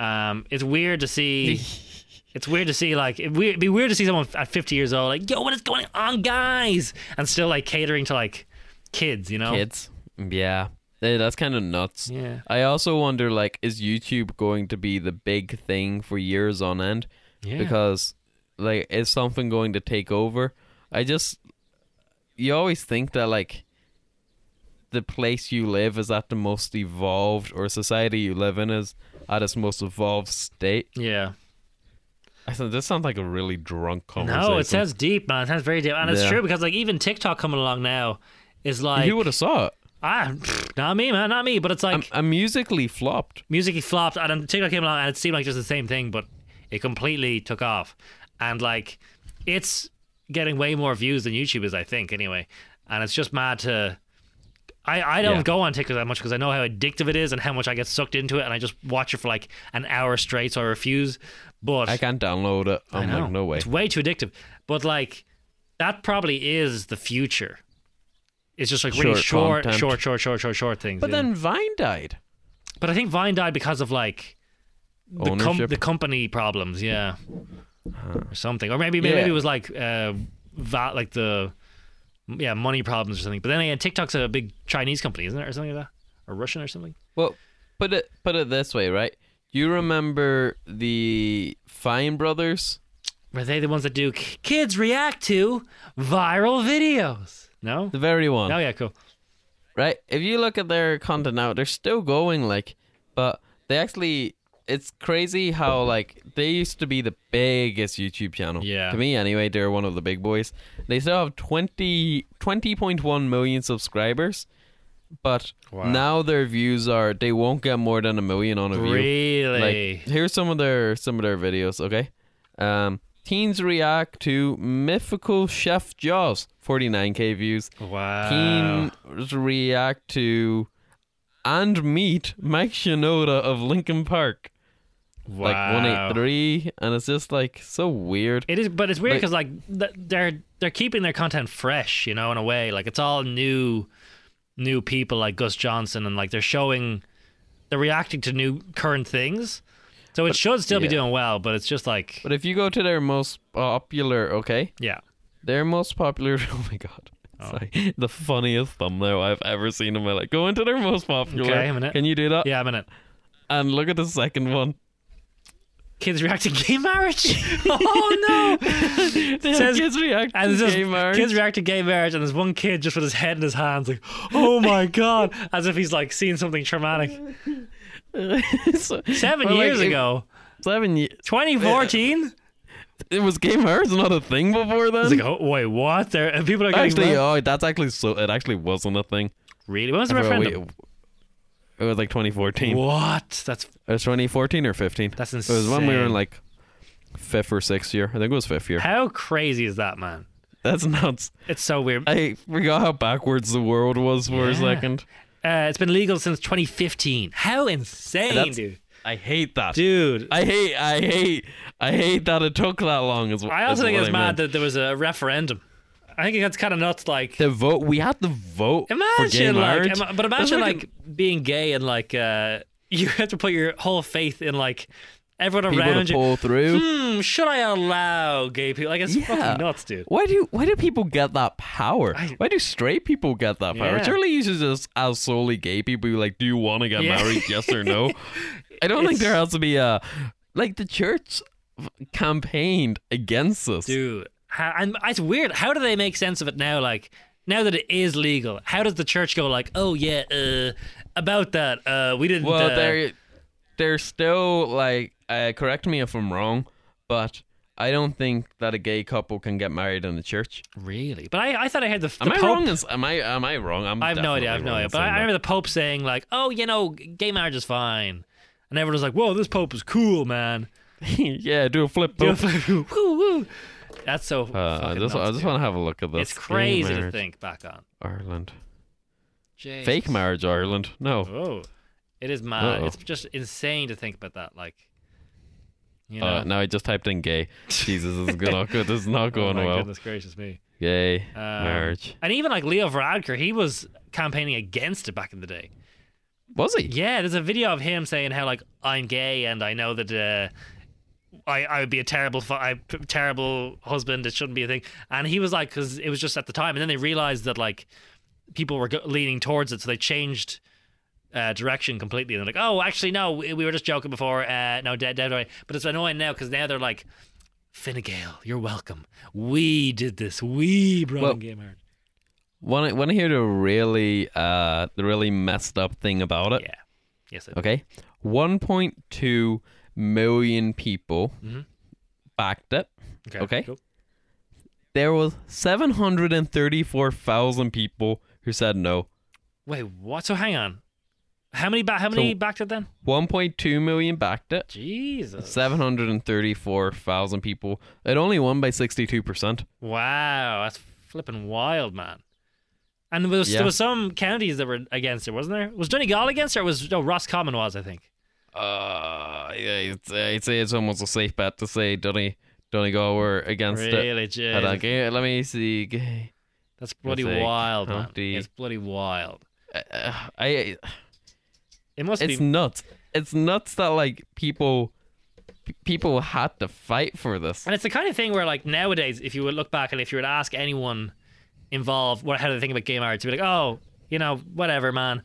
[SPEAKER 2] Um, it's weird to see. It's weird to see, like, it'd we- it'd be weird to see someone at 50 years old, like, yo, what is going on, guys? And still, like, catering to, like, kids, you know?
[SPEAKER 1] Kids, yeah, Eh, that's kind of nuts.
[SPEAKER 2] Yeah.
[SPEAKER 1] I also wonder, like, is YouTube going to be the big thing for years on end?
[SPEAKER 2] Yeah.
[SPEAKER 1] Because, like, is something going to take over? I just, you always think that like, the place you live is at the most evolved, or society you live in is at its most evolved state.
[SPEAKER 2] yeah.
[SPEAKER 1] I said this sounds like a really drunk conversation.
[SPEAKER 2] No, it sounds deep, man. It sounds very deep, and it's
[SPEAKER 1] Yeah.
[SPEAKER 2] true because like even TikTok coming along now is like
[SPEAKER 1] you would have saw it.
[SPEAKER 2] ah, pfft, not me, man, not me. But it's like
[SPEAKER 1] I'm, I'm musically flopped.
[SPEAKER 2] musically flopped, and then TikTok came along, and it seemed like just the same thing, but it completely took off, and like it's getting way more views than YouTube is, I think, anyway. And it's just mad to. I, I don't
[SPEAKER 1] Yeah.
[SPEAKER 2] go on TikTok that much because I know how addictive it is and how much I get sucked into it, and I just watch it for like an hour straight, so I refuse. But
[SPEAKER 1] I can't download it.
[SPEAKER 2] I
[SPEAKER 1] I'm
[SPEAKER 2] know.
[SPEAKER 1] like, no way.
[SPEAKER 2] It's way too addictive. But like that probably is the future. It's just like really
[SPEAKER 1] Short
[SPEAKER 2] short,
[SPEAKER 1] content.
[SPEAKER 2] short, short, short, short, short things.
[SPEAKER 1] But
[SPEAKER 2] yeah.
[SPEAKER 1] then Vine died.
[SPEAKER 2] but I think Vine died because of like the com-
[SPEAKER 1] Ownership.
[SPEAKER 2] the company problems, yeah, or something, or maybe maybe,
[SPEAKER 1] Yeah.
[SPEAKER 2] it was like uh, va- like the yeah money problems or something. But then again, TikTok's a big Chinese company, isn't it, or something like that, or Russian or something.
[SPEAKER 1] Well, put it put it this way, right? You remember the Fine Brothers?
[SPEAKER 2] Were they the ones that do k- kids react to viral videos? No.
[SPEAKER 1] The very one.
[SPEAKER 2] Oh yeah, cool.
[SPEAKER 1] right? If you look at their content now, they're still going like, but they actually. It's crazy how like they used to be the biggest YouTube channel.
[SPEAKER 2] Yeah.
[SPEAKER 1] To me anyway, they're one of the big boys. They still have 20 20.1 million subscribers, but
[SPEAKER 2] Wow.
[SPEAKER 1] now their views are they won't get more than a million on a view.
[SPEAKER 2] Really?
[SPEAKER 1] Like here's some of their some of their videos, okay? Um Teens react to mythical chef Jaws, 49k views.
[SPEAKER 2] wow.
[SPEAKER 1] Teens react to and meet Mike Shinoda of Lincoln Park.
[SPEAKER 2] wow.
[SPEAKER 1] Like 183. And it's just like so weird.
[SPEAKER 2] It is, but it's weird
[SPEAKER 1] Like-
[SPEAKER 2] because like th- they're they're keeping their content fresh, you know, in a way. Like it's all new, new people like Gus Johnson, and like they're showing, they're reacting to new current things. So it should still be
[SPEAKER 1] yeah.
[SPEAKER 2] doing well, but it's just like
[SPEAKER 1] But uh, if you go to their most popular, okay?
[SPEAKER 2] yeah,
[SPEAKER 1] Their most popular. Oh my god. It's like the funniest thumbnail I've ever seen in my life. Go into their most popular.
[SPEAKER 2] Okay, a minute.
[SPEAKER 1] Can you do that?
[SPEAKER 2] yeah. I'm in it.
[SPEAKER 1] And look at the second one.
[SPEAKER 2] Kids reacting to gay marriage. oh no!
[SPEAKER 1] They have
[SPEAKER 2] Says-
[SPEAKER 1] kids react
[SPEAKER 2] And
[SPEAKER 1] to
[SPEAKER 2] there's
[SPEAKER 1] gay
[SPEAKER 2] just
[SPEAKER 1] marriage.
[SPEAKER 2] kids react to gay marriage, and there's one kid just with his head in his hands, like, "Oh my god!" as if he's like seen something traumatic.
[SPEAKER 1] So-
[SPEAKER 2] Seven
[SPEAKER 1] but, like,
[SPEAKER 2] years
[SPEAKER 1] it-
[SPEAKER 2] ago,
[SPEAKER 1] Seven years.
[SPEAKER 2] 2014.
[SPEAKER 1] It was gay marriage not a thing before then.
[SPEAKER 2] It's like, oh, wait, what? There, and people are getting
[SPEAKER 1] actually,
[SPEAKER 2] mad.
[SPEAKER 1] oh, that's actually so. It actually wasn't a thing.
[SPEAKER 2] really. When was the
[SPEAKER 1] For a wee-
[SPEAKER 2] referendum?
[SPEAKER 1] it was like 2014.
[SPEAKER 2] What? That's
[SPEAKER 1] It was 2014 or 15.
[SPEAKER 2] That's
[SPEAKER 1] It was when we were in
[SPEAKER 2] insane.
[SPEAKER 1] like fifth or sixth year. I think it was fifth year.
[SPEAKER 2] how crazy is that, man?
[SPEAKER 1] That's nuts.
[SPEAKER 2] It's so weird. Uh,
[SPEAKER 1] I forgot how backwards the world was for a
[SPEAKER 2] Yeah.
[SPEAKER 1] second.
[SPEAKER 2] Uh, it's been legal since 2015. How insane,
[SPEAKER 1] That's-
[SPEAKER 2] dude!
[SPEAKER 1] I hate that.
[SPEAKER 2] Dude, I,
[SPEAKER 1] I hate. I hate. I hate that it took that long. As well.
[SPEAKER 2] also think it's mad that there was a referendum. I think it's kind of nuts. Like,
[SPEAKER 1] the vote. We had to vote for gay
[SPEAKER 2] imagine, like,
[SPEAKER 1] marriage.
[SPEAKER 2] ima- but
[SPEAKER 1] That's
[SPEAKER 2] imagine
[SPEAKER 1] like
[SPEAKER 2] like being gay and like uh, you have to put your whole faith in like everyone
[SPEAKER 1] people
[SPEAKER 2] around
[SPEAKER 1] to
[SPEAKER 2] you.
[SPEAKER 1] pull through.
[SPEAKER 2] Hmm, should I allow gay people? Like, it's
[SPEAKER 1] Yeah.
[SPEAKER 2] fucking nuts, dude.
[SPEAKER 1] Why do why do people get that power? why do straight people get that power?
[SPEAKER 2] Yeah.
[SPEAKER 1] Surely you should just as solely gay people be like, do you want to get
[SPEAKER 2] Yeah.
[SPEAKER 1] married? Yes or no? I don't think there has to be a like the church f- campaigned against this.
[SPEAKER 2] dude how, and it's weird how do they make sense of it now like now that it is legal how does the church go like oh yeah uh, about that uh, we didn't
[SPEAKER 1] well,
[SPEAKER 2] uh,
[SPEAKER 1] they're they're still like uh, correct me if I'm wrong, but I don't think that a gay couple can get married in the church.
[SPEAKER 2] really but I, I thought I heard the, the
[SPEAKER 1] Am I
[SPEAKER 2] pope
[SPEAKER 1] wrong? in- am I am I wrong? I'm
[SPEAKER 2] I have no idea I
[SPEAKER 1] definitely
[SPEAKER 2] have no
[SPEAKER 1] wrong in
[SPEAKER 2] idea but I,
[SPEAKER 1] saying
[SPEAKER 2] I
[SPEAKER 1] that.
[SPEAKER 2] remember the pope saying like oh you know gay marriage is fine and everyone was like whoa this pope is cool man
[SPEAKER 1] yeah, do a flip.
[SPEAKER 2] Woo,
[SPEAKER 1] Pope.
[SPEAKER 2] woo. that's
[SPEAKER 1] Uh,
[SPEAKER 2] so
[SPEAKER 1] I
[SPEAKER 2] fucking
[SPEAKER 1] just,
[SPEAKER 2] nuts,
[SPEAKER 1] I just
[SPEAKER 2] dude.
[SPEAKER 1] want to have a look at this.
[SPEAKER 2] it's crazy
[SPEAKER 1] Gay
[SPEAKER 2] to
[SPEAKER 1] marriage,
[SPEAKER 2] think back on
[SPEAKER 1] Ireland.
[SPEAKER 2] Jesus.
[SPEAKER 1] Fake marriage, Ireland. No.
[SPEAKER 2] oh it is mad
[SPEAKER 1] Uh-oh.
[SPEAKER 2] it's just insane to think about that like you know
[SPEAKER 1] Uh, now I just typed in gay. Jesus, this is, not good. This is not
[SPEAKER 2] Oh
[SPEAKER 1] going
[SPEAKER 2] my
[SPEAKER 1] well.
[SPEAKER 2] goodness gracious me.
[SPEAKER 1] Gay
[SPEAKER 2] Um,
[SPEAKER 1] marriage.
[SPEAKER 2] And even like Leo Varadkar, he was campaigning against it back in the day.
[SPEAKER 1] Was he?
[SPEAKER 2] Yeah, there's a video of him saying how like I'm gay and I know that uh, I I would be a terrible fa- I, p- terrible husband. It shouldn't be a thing. And he was like, because it was just at the time, and then they realized that like people were go- leaning towards it, so they changed. Uh, direction completely, and they're like, "Oh, actually, no, we, we were just joking before. Uh, no, dead, dead right." But it's annoying now because now they're like, "Fine Gael, you're welcome. We did this. We brought
[SPEAKER 1] Well,
[SPEAKER 2] in gay marriage."
[SPEAKER 1] Want to want to hear the really uh the really messed up thing about it?
[SPEAKER 2] Yeah. Yes. I do.
[SPEAKER 1] Okay, 1.2 million people
[SPEAKER 2] Mhm.
[SPEAKER 1] backed it.
[SPEAKER 2] Okay.
[SPEAKER 1] Okay.
[SPEAKER 2] cool.
[SPEAKER 1] There was 734,000 people who said no.
[SPEAKER 2] Wait, what? So hang on. How many ba- how many
[SPEAKER 1] So-
[SPEAKER 2] backed it then?
[SPEAKER 1] 1.2 million backed it.
[SPEAKER 2] Jesus.
[SPEAKER 1] 734,000 people. It only won by 62%.
[SPEAKER 2] Wow, that's flipping wild, man. And there was,
[SPEAKER 1] Yeah.
[SPEAKER 2] there was some counties that were against it, wasn't there? Was Donegal against it? Or was no Ross Common was, I think.
[SPEAKER 1] Uh, yeah, it's, I'd say it's almost a safe bet to say Donny Donegal were against it. uh,
[SPEAKER 2] Really,
[SPEAKER 1] Hold on,
[SPEAKER 2] Jesus.
[SPEAKER 1] g- let me see. g-
[SPEAKER 2] That's bloody
[SPEAKER 1] sake,
[SPEAKER 2] wild, man.
[SPEAKER 1] Humpty.
[SPEAKER 2] It's bloody wild.
[SPEAKER 1] Uh, I
[SPEAKER 2] It must
[SPEAKER 1] it's
[SPEAKER 2] be.
[SPEAKER 1] nuts. It's nuts that like people p- people had to fight for this.
[SPEAKER 2] And it's the kind of thing where, like, nowadays, if you would look back and if you were to ask anyone involved, what, how do they think about gay marriage? They'd be like, oh, you know, whatever, man.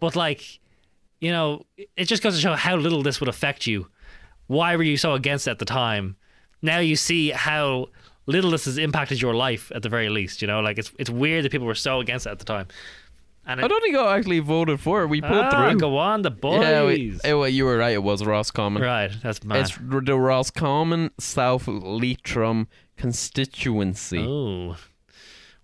[SPEAKER 2] But, like, you know, it just goes to show how little this would affect you. Why were you so against it at the time? Now you see how little this has impacted your life at the very least, you know? Like, it's, it's weird that people were so against it at the time. And it,
[SPEAKER 1] I don't think I actually voted for it. We pulled
[SPEAKER 2] Ah,
[SPEAKER 1] through.
[SPEAKER 2] go on, the boys.
[SPEAKER 1] Yeah, we, eh, well, you were right. It was Roscommon.
[SPEAKER 2] Right, that's mad.
[SPEAKER 1] It's r- the Roscommon South Leitrim constituency.
[SPEAKER 2] Oh,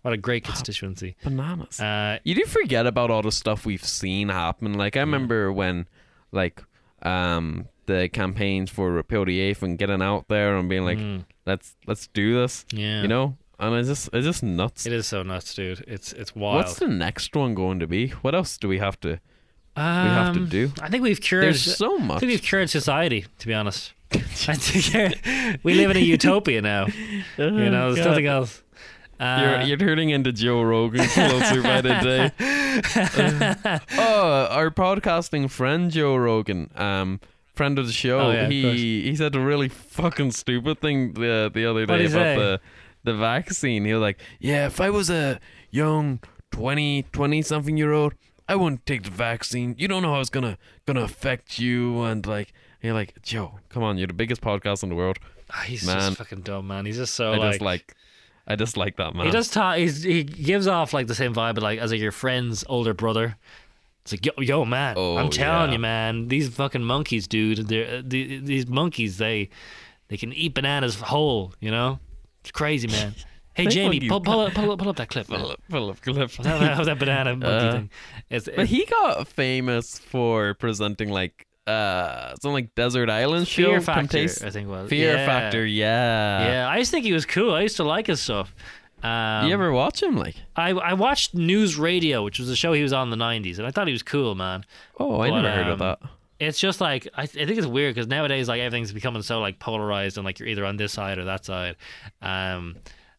[SPEAKER 2] what a great constituency.
[SPEAKER 1] Bananas.
[SPEAKER 2] Uh,
[SPEAKER 1] you do forget about all the stuff we've seen happen. Like I remember when, like, um, the campaigns for repeal the eighth and getting out there and being like, let's let's do this.
[SPEAKER 2] Mm. Yeah.
[SPEAKER 1] you know. And it's just it's just nuts.
[SPEAKER 2] it is so nuts, dude. It's it's wild.
[SPEAKER 1] What's the next one going to be? What else do we have to?
[SPEAKER 2] um,
[SPEAKER 1] have to do?
[SPEAKER 2] I think we've cured.
[SPEAKER 1] There's so
[SPEAKER 2] I
[SPEAKER 1] much.
[SPEAKER 2] think we've cured society. To be honest, I think we live in a utopia now.
[SPEAKER 1] Oh,
[SPEAKER 2] You know, there's nothing else.
[SPEAKER 1] You're,
[SPEAKER 2] Uh,
[SPEAKER 1] you're turning into Joe Rogan closer by the day. oh, our podcasting friend Joe Rogan, um, friend of the show,
[SPEAKER 2] Oh, yeah, of course.
[SPEAKER 1] he he said a really fucking stupid thing the the other
[SPEAKER 2] What'd
[SPEAKER 1] day
[SPEAKER 2] he
[SPEAKER 1] about
[SPEAKER 2] say?
[SPEAKER 1] the the vaccine. He was like, "Yeah, if I was a young 20, 20 something year old, I wouldn't take the vaccine. You don't know how it's gonna gonna affect you." And like, and you're like, Joe, come on, you're the biggest podcast in the world.
[SPEAKER 2] ah, he's
[SPEAKER 1] Man.
[SPEAKER 2] just fucking dumb, man. He's just so
[SPEAKER 1] I
[SPEAKER 2] like.
[SPEAKER 1] just like, I just like that man.
[SPEAKER 2] He does talk. He's, he gives off like the same vibe, but like as like your friend's older brother. It's like yo, yo man.
[SPEAKER 1] Oh,
[SPEAKER 2] I'm telling
[SPEAKER 1] yeah.
[SPEAKER 2] you, man. These fucking monkeys, dude. They're, uh, the, these monkeys, they they can eat bananas whole. You know, it's crazy, man. Hey,
[SPEAKER 1] They
[SPEAKER 2] Jamie,
[SPEAKER 1] monkey-
[SPEAKER 2] pull, pull, up, pull, up, pull up that clip. Man.
[SPEAKER 1] Philip, Philip, Philip.
[SPEAKER 2] That, that, that banana monkey
[SPEAKER 1] Uh,
[SPEAKER 2] thing. It's,
[SPEAKER 1] But
[SPEAKER 2] it's
[SPEAKER 1] he got famous for presenting like uh something like Desert Island show
[SPEAKER 2] fear factor. I
[SPEAKER 1] Temptation-
[SPEAKER 2] think it was
[SPEAKER 1] Fear
[SPEAKER 2] Yeah.
[SPEAKER 1] Factor, Uh, yeah.
[SPEAKER 2] Yeah, I used to think he was cool. I used to like his stuff. Um,
[SPEAKER 1] You ever watch him like?
[SPEAKER 2] I, I watched News Radio, which was a show he was on in the '90s, and I thought he was cool, man.
[SPEAKER 1] Oh, I
[SPEAKER 2] but,
[SPEAKER 1] never heard of
[SPEAKER 2] um,
[SPEAKER 1] that.
[SPEAKER 2] it's just like I, th- I think it's weird because nowadays like everything's becoming so like polarized and like you're either on this side or that side, um,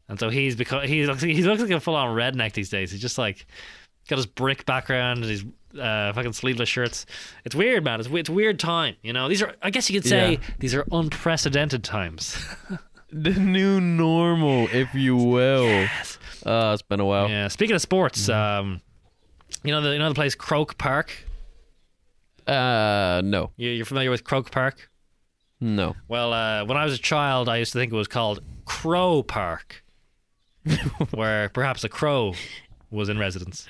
[SPEAKER 2] and so he's become he looks he looks like a full on redneck these days. He's just like got his brick background and his uh, fucking sleeveless shirts. It's weird, man. It's we- it's weird time. You know these are I guess you could say
[SPEAKER 1] Yeah.
[SPEAKER 2] these are unprecedented times.
[SPEAKER 1] The new normal, if you will. Uh, it's been a while.
[SPEAKER 2] yeah. Speaking of sports, um, you know the you know the place Croke Park.
[SPEAKER 1] Uh, no,
[SPEAKER 2] You, you're familiar with Croke Park?
[SPEAKER 1] no.
[SPEAKER 2] Well, uh, when I was a child, I used to think it was called Crow Park, where perhaps a crow was in residence.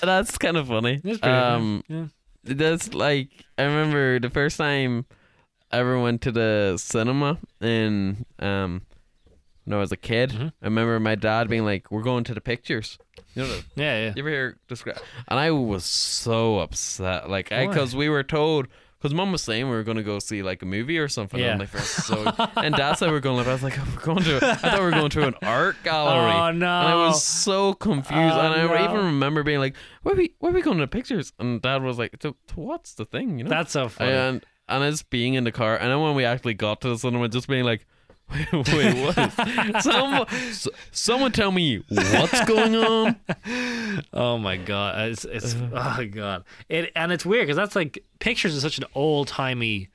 [SPEAKER 1] That's kind of funny.
[SPEAKER 2] It's pretty-
[SPEAKER 1] Um,
[SPEAKER 2] yeah.
[SPEAKER 1] that's like I remember the first time I ever went to the cinema in um when I was a kid. I remember my dad being like, "We're going to the pictures." You know, the-
[SPEAKER 2] yeah, yeah.
[SPEAKER 1] you ever hear describe? And I was so upset, like, I
[SPEAKER 2] Why?
[SPEAKER 1] because we were told. Because mom was saying we were going to go see like a movie or something.
[SPEAKER 2] Yeah.
[SPEAKER 1] And, like, that's so, and dad said we are going to, I was like, oh, we're going to, I thought we were going to an art gallery.
[SPEAKER 2] Oh,
[SPEAKER 1] And I
[SPEAKER 2] no.
[SPEAKER 1] was so confused.
[SPEAKER 2] Oh,
[SPEAKER 1] and I
[SPEAKER 2] no.
[SPEAKER 1] even remember being like, where we, where we going to pictures? And dad was like, to, to what's the thing, you know?
[SPEAKER 2] That's so funny.
[SPEAKER 1] and, and us being in the car. And then when we actually got to the cinema, just being like, wait, wait what? Some, s- someone tell me what's going on?
[SPEAKER 2] oh my god, it's, it's oh god. It and it's weird because that's like pictures are such an old timey,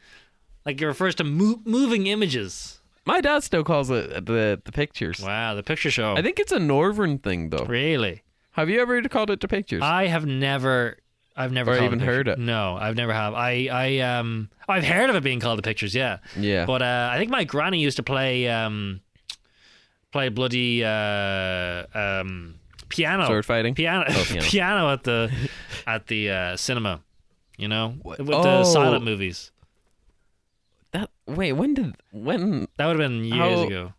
[SPEAKER 2] like it refers to mo- moving images.
[SPEAKER 1] My dad still calls it the the pictures.
[SPEAKER 2] Wow, the picture show.
[SPEAKER 1] I think it's a northern thing though.
[SPEAKER 2] really. Uh,
[SPEAKER 1] Have you ever called it the pictures?
[SPEAKER 2] I have never. I've never
[SPEAKER 1] Or
[SPEAKER 2] called
[SPEAKER 1] even
[SPEAKER 2] the picture-
[SPEAKER 1] heard it.
[SPEAKER 2] No, I've never have. I I um I've heard of it being called the pictures. Yeah.
[SPEAKER 1] Yeah.
[SPEAKER 2] But uh, I think my granny used to play um play bloody uh um piano
[SPEAKER 1] Sword fighting?
[SPEAKER 2] piano
[SPEAKER 1] Oh,
[SPEAKER 2] piano.
[SPEAKER 1] piano.
[SPEAKER 2] at the at the uh, cinema. You know, with the
[SPEAKER 1] Oh.
[SPEAKER 2] silent movies.
[SPEAKER 1] that wait, when did when
[SPEAKER 2] That would have been years
[SPEAKER 1] How-
[SPEAKER 2] ago.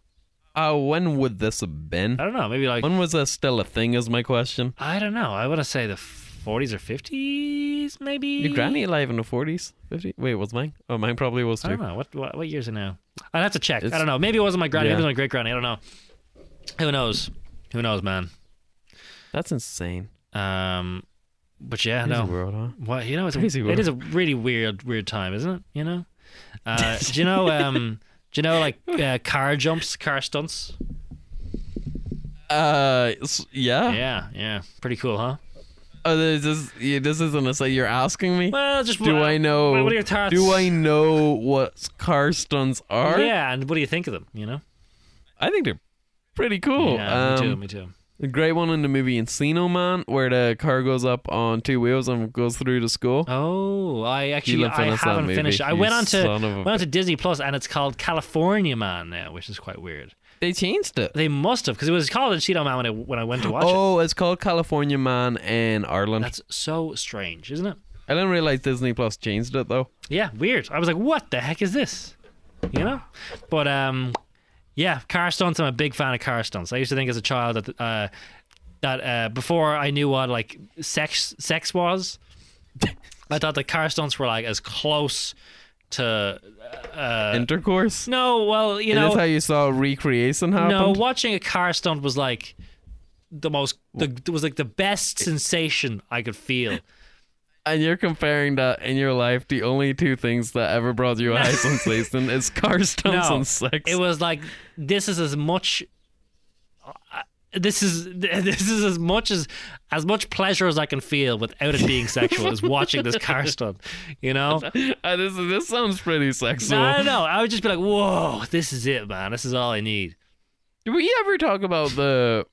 [SPEAKER 1] uh when would this have been?
[SPEAKER 2] I don't know. Maybe like
[SPEAKER 1] When was this still a thing is my question.
[SPEAKER 2] I don't know. I want to say the 40s or 50s, maybe.
[SPEAKER 1] Your granny alive in the forties? Fifty wait, was mine? Oh mine probably was
[SPEAKER 2] I
[SPEAKER 1] too.
[SPEAKER 2] don't know. What what, what years it now? I'd have to check. I
[SPEAKER 1] It's-
[SPEAKER 2] don't know. Maybe it wasn't my granny. Maybe it
[SPEAKER 1] Yeah.
[SPEAKER 2] was my great granny. I don't know. Who knows? Who knows, man?
[SPEAKER 1] That's insane.
[SPEAKER 2] Um, but yeah,
[SPEAKER 1] Crazy
[SPEAKER 2] no.
[SPEAKER 1] world, huh?
[SPEAKER 2] What you know? It's a,
[SPEAKER 1] Crazy
[SPEAKER 2] it
[SPEAKER 1] world.
[SPEAKER 2] is a really weird, weird time, isn't it? You know. Uh, do you know? Um, do you know like uh, car jumps, car stunts?
[SPEAKER 1] Uh, s- yeah.
[SPEAKER 2] Yeah, yeah. Pretty cool, huh?
[SPEAKER 1] Oh, this is yeah, this isn't a say you're asking me.
[SPEAKER 2] Well, just
[SPEAKER 1] do I know?
[SPEAKER 2] What are your thoughts? Oh,
[SPEAKER 1] Do I know what car stunts are?
[SPEAKER 2] uh, Yeah, and what do you think of them? You know?
[SPEAKER 1] I think they're pretty cool.
[SPEAKER 2] yeah, me too.
[SPEAKER 1] Um,
[SPEAKER 2] Me too.
[SPEAKER 1] The great one in the movie Encino Man, where the car goes up on two wheels and goes through the school.
[SPEAKER 2] Oh, I actually
[SPEAKER 1] didn't
[SPEAKER 2] I
[SPEAKER 1] finish that
[SPEAKER 2] haven't
[SPEAKER 1] movie,
[SPEAKER 2] finished. it. I
[SPEAKER 1] you
[SPEAKER 2] went on to
[SPEAKER 1] son of a-
[SPEAKER 2] went on to Disney Plus, and it's called California Man now, which is quite weird.
[SPEAKER 1] They changed it.
[SPEAKER 2] They must have because it was called Encino Man when I, when I went to watch it.
[SPEAKER 1] Oh, it's called California Man in Ireland.
[SPEAKER 2] That's so strange, isn't it?
[SPEAKER 1] I didn't realize Disney Plus changed it though.
[SPEAKER 2] Yeah, weird. I was like, what the heck is this? You know? But um yeah, car stunts, I'm a big fan of car stunts. I used to think as a child that uh that uh before I knew what like sex sex was, I thought the car stunts were like as close to uh
[SPEAKER 1] Intercourse.
[SPEAKER 2] no, well, you
[SPEAKER 1] Is
[SPEAKER 2] know,
[SPEAKER 1] this how you saw recreation happen?
[SPEAKER 2] no, watching a car stunt was like the most the it was like the best sensation I could feel.
[SPEAKER 1] And you're comparing that in your life. The only two things that ever brought you high sensation is car stunts
[SPEAKER 2] No,
[SPEAKER 1] and sex.
[SPEAKER 2] It was like this is as much. uh, This is this is as much as as much pleasure as I can feel without it being sexual is watching this car stunt, you know.
[SPEAKER 1] Uh, this this sounds pretty sexual.
[SPEAKER 2] I don't know. I would just be like, "Whoa, this is it, man. This is all I need."
[SPEAKER 1] Did we ever talk about the?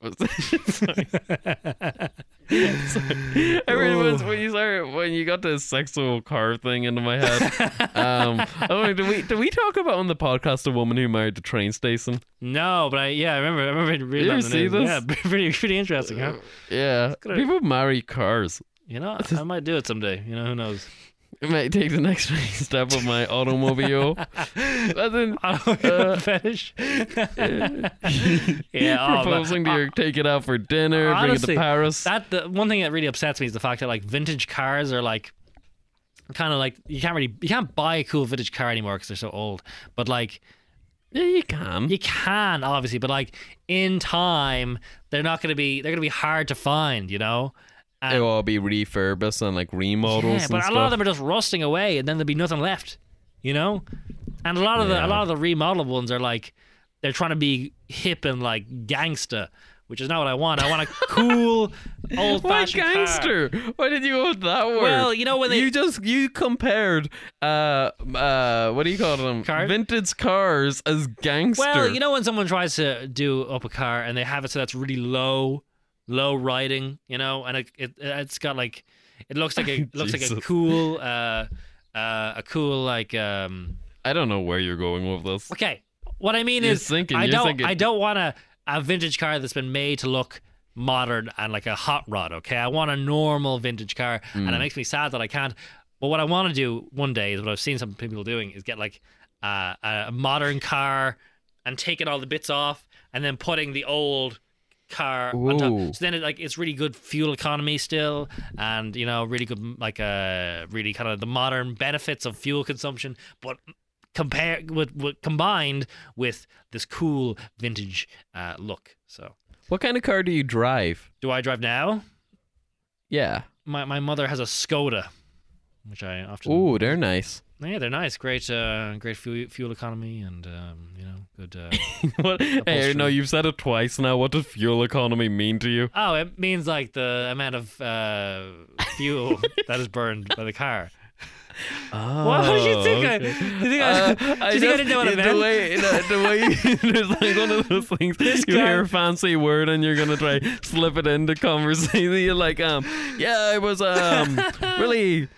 [SPEAKER 1] Sorry. Sorry. Everyone's
[SPEAKER 2] Oh.
[SPEAKER 1] when you sorry, when you got the sexual car thing into my head. um, oh, did we did we talk about on the podcast the woman who married the train station?
[SPEAKER 2] No, but I yeah, I remember. I remember reading
[SPEAKER 1] You
[SPEAKER 2] that in
[SPEAKER 1] see
[SPEAKER 2] the news.
[SPEAKER 1] this? Uh,
[SPEAKER 2] Yeah, pretty pretty interesting, huh?
[SPEAKER 1] Yeah,
[SPEAKER 2] gonna-
[SPEAKER 1] people marry cars.
[SPEAKER 2] You know, I might do it someday. You know, who knows?
[SPEAKER 1] It might take the next step of my automobile. That's in, Uh,
[SPEAKER 2] Automobile fetish. yeah, oh, man.
[SPEAKER 1] proposing to your take it out for dinner,
[SPEAKER 2] Honestly,
[SPEAKER 1] bring it to Paris.
[SPEAKER 2] That the one thing that really upsets me is the fact that like vintage cars are like kind of like you can't really you can't buy a cool vintage car anymore because they're so old. But like
[SPEAKER 1] yeah, you can.
[SPEAKER 2] you can obviously, but like in time they're not going to be they're going to be hard to find, you know.
[SPEAKER 1] It will all be refurbished and like remodels
[SPEAKER 2] Yeah,
[SPEAKER 1] and
[SPEAKER 2] but
[SPEAKER 1] stuff.
[SPEAKER 2] a lot of them are just rusting away, and then there'll be nothing left, you know. And a lot of the
[SPEAKER 1] Yeah.
[SPEAKER 2] a lot of the remodeled ones are like they're trying to be hip and like gangster, which is not what I want. I want a cool old
[SPEAKER 1] Why
[SPEAKER 2] fashioned
[SPEAKER 1] gangster? Why did you go with that word?
[SPEAKER 2] Well, you know when they
[SPEAKER 1] you just you compared uh uh what do you call them
[SPEAKER 2] Car?
[SPEAKER 1] vintage cars as gangster.
[SPEAKER 2] Well, you know when someone tries to do up a car and they have it so that's really low, low riding, you know, and it, it it's got like it looks like a it looks like a
[SPEAKER 1] Jesus.
[SPEAKER 2] cool uh uh a cool like um
[SPEAKER 1] I don't know where you're going with this.
[SPEAKER 2] okay. What I mean
[SPEAKER 1] You're
[SPEAKER 2] is
[SPEAKER 1] thinking-
[SPEAKER 2] I
[SPEAKER 1] you're
[SPEAKER 2] don't
[SPEAKER 1] thinking-
[SPEAKER 2] I don't want a a vintage car that's been made to look modern and like a hot rod, okay? I want a normal vintage car
[SPEAKER 1] Mm.
[SPEAKER 2] and it makes me sad that I can't but what I want to do one day is what I've seen some people doing is get like uh, a modern car and taking all the bits off and then putting the old car on
[SPEAKER 1] Ooh.
[SPEAKER 2] top. So then it like it's really good fuel economy still and you know really good like uh really kind of the modern benefits of fuel consumption but compare with, with combined with this cool vintage uh, look. So
[SPEAKER 1] What kind of car do you drive?
[SPEAKER 2] do I drive now?
[SPEAKER 1] Yeah.
[SPEAKER 2] My my mother has a Skoda which I often
[SPEAKER 1] Ooh, they're nice.
[SPEAKER 2] Yeah, they're nice. Great, uh, great fuel, fuel economy, and um, you know, good. Uh...
[SPEAKER 1] what? Hey, no, you've said it twice now. What does fuel economy mean to you?
[SPEAKER 2] oh, it means like the amount of uh, fuel that is burned by the car.
[SPEAKER 1] Oh,
[SPEAKER 2] What do you think? I,
[SPEAKER 1] okay.
[SPEAKER 2] you think
[SPEAKER 1] Uh,
[SPEAKER 2] I, do you think I didn't know what it
[SPEAKER 1] the
[SPEAKER 2] meant?
[SPEAKER 1] Way, the, the way there's like one of those things you
[SPEAKER 2] guy-
[SPEAKER 1] hear a fancy word and you're gonna try slip it into conversation. You're like, um, yeah, I was um really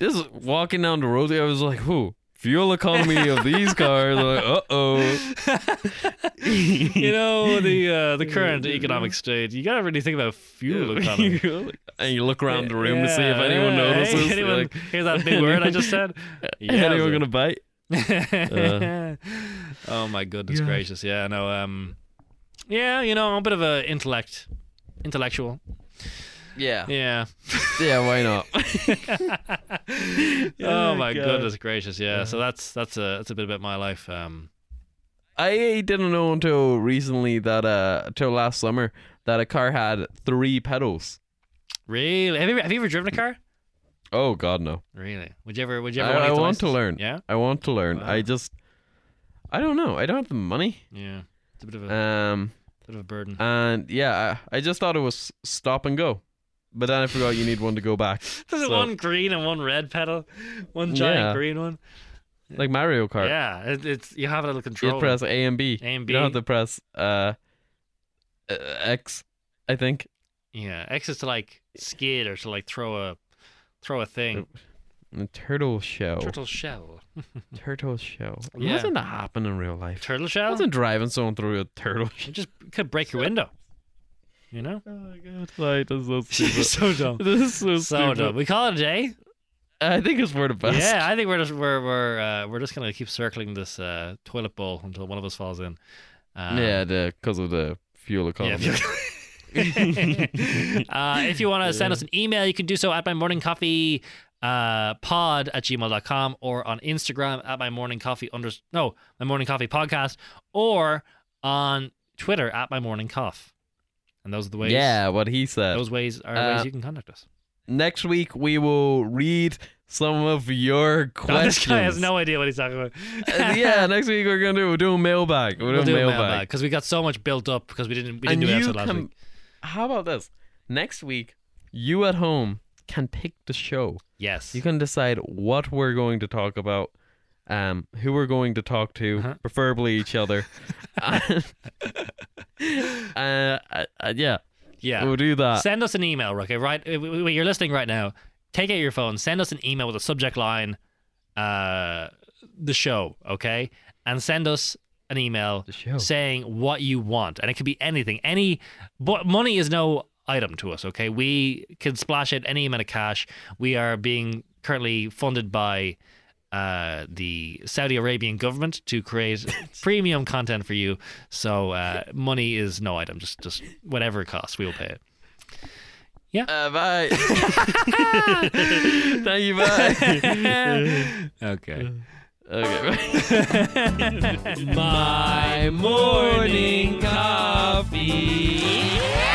[SPEAKER 1] just walking down the road. I was like, who fuel economy of these cars? I'm like, uh oh.
[SPEAKER 2] you know the uh, the current economic state. You gotta really think about fuel economy.
[SPEAKER 1] and you look around the room to see if
[SPEAKER 2] Yeah,
[SPEAKER 1] anyone
[SPEAKER 2] yeah.
[SPEAKER 1] notices.
[SPEAKER 2] Hey,
[SPEAKER 1] You're
[SPEAKER 2] anyone
[SPEAKER 1] like,
[SPEAKER 2] hear that big word I just said?
[SPEAKER 1] anyone gonna bite?
[SPEAKER 2] gonna? oh my goodness
[SPEAKER 1] Yeah.
[SPEAKER 2] gracious! Yeah, no. Um, yeah, you know, I'm a bit of a intellect, intellectual.
[SPEAKER 1] Yeah.
[SPEAKER 2] Yeah.
[SPEAKER 1] Yeah. Why not?
[SPEAKER 2] oh
[SPEAKER 1] Oh,
[SPEAKER 2] my
[SPEAKER 1] God.
[SPEAKER 2] goodness gracious! Yeah. So that's that's a that's a bit about my life. Um,
[SPEAKER 1] I didn't know until recently that uh till last summer that a car had three pedals.
[SPEAKER 2] really? Have you ever, have you ever driven a car?
[SPEAKER 1] Oh god no.
[SPEAKER 2] Really? Would you ever? Would you ever?
[SPEAKER 1] I, I
[SPEAKER 2] get the
[SPEAKER 1] want to
[SPEAKER 2] license?
[SPEAKER 1] learn.
[SPEAKER 2] Yeah.
[SPEAKER 1] I want to learn. I
[SPEAKER 2] Wow.
[SPEAKER 1] just I don't know. I don't have the money.
[SPEAKER 2] Yeah. It's a bit of a.
[SPEAKER 1] Um
[SPEAKER 2] Bit of a burden.
[SPEAKER 1] And yeah, I, I just thought it was stop and go. But then I forgot you need one to go back.
[SPEAKER 2] There's
[SPEAKER 1] so-
[SPEAKER 2] one green and one red pedal, one giant
[SPEAKER 1] Yeah.
[SPEAKER 2] green one.
[SPEAKER 1] Like Mario Kart.
[SPEAKER 2] Yeah, it, it's you have a little
[SPEAKER 1] You
[SPEAKER 2] control.
[SPEAKER 1] press A and B.
[SPEAKER 2] A and
[SPEAKER 1] You don't have
[SPEAKER 2] B.
[SPEAKER 1] to press uh, uh, X, I think.
[SPEAKER 2] Yeah, X is to like skid or to like throw a throw a thing.
[SPEAKER 1] Oh, And turtle shell.
[SPEAKER 2] Turtle shell.
[SPEAKER 1] Turtle shell.
[SPEAKER 2] Yeah.
[SPEAKER 1] Imagine that happen in real life.
[SPEAKER 2] Turtle shell.
[SPEAKER 1] Imagine driving someone through a turtle shell.
[SPEAKER 2] You just could break your window. You know.
[SPEAKER 1] Oh my god, like, that's so stupid.
[SPEAKER 2] so dumb.
[SPEAKER 1] this is so,
[SPEAKER 2] So
[SPEAKER 1] stupid.
[SPEAKER 2] dumb. We call it a day.
[SPEAKER 1] I think it's for the best.
[SPEAKER 2] Yeah, I think we're just we're we're uh, we're just gonna keep circling this uh, toilet bowl until one of us falls in. Um,
[SPEAKER 1] yeah, because of the fuel
[SPEAKER 2] yeah,
[SPEAKER 1] economy.
[SPEAKER 2] if you- uh, if you want to send us an email, you can do so at my morning coffee uh, pod at gmail.com or on Instagram at my morning coffee under no my morning coffee podcast or on Twitter at my morning cough. And those are the ways.
[SPEAKER 1] Yeah, what he said.
[SPEAKER 2] those ways are
[SPEAKER 1] Uh,
[SPEAKER 2] ways you can contact us.
[SPEAKER 1] Next week we will read some of your
[SPEAKER 2] Oh,
[SPEAKER 1] questions.
[SPEAKER 2] this guy has no idea what he's talking about.
[SPEAKER 1] Uh, yeah, next week we're gonna do we're doing mailbag. We're doing
[SPEAKER 2] we'll do a
[SPEAKER 1] mailbag.
[SPEAKER 2] mailbag because we got so much built up because we didn't we
[SPEAKER 1] and
[SPEAKER 2] didn't do an
[SPEAKER 1] you
[SPEAKER 2] episode last
[SPEAKER 1] can.
[SPEAKER 2] week.
[SPEAKER 1] How about this? Next week, you at home can pick the show.
[SPEAKER 2] Yes.
[SPEAKER 1] You can decide what we're going to talk about, um, who we're going to talk to,
[SPEAKER 2] Uh-huh.
[SPEAKER 1] preferably each other. and, uh, uh, uh, yeah,
[SPEAKER 2] yeah.
[SPEAKER 1] we'll do that.
[SPEAKER 2] send us an email, okay? Right, w- w- you're listening right now. Take out your phone, send us an email with a subject line, uh, the show, okay? And send us an email
[SPEAKER 1] The show.
[SPEAKER 2] saying what you want, and it could be anything. Any, but money is no item to us, okay? We can splash out any amount of cash. We are being currently funded by. Uh, the Saudi Arabian government to create premium content for you. So uh, money is no item. Just just whatever it costs, we will pay it.
[SPEAKER 1] Uh, bye. Thank you. Bye.
[SPEAKER 2] okay.
[SPEAKER 1] okay. Bye. My morning coffee.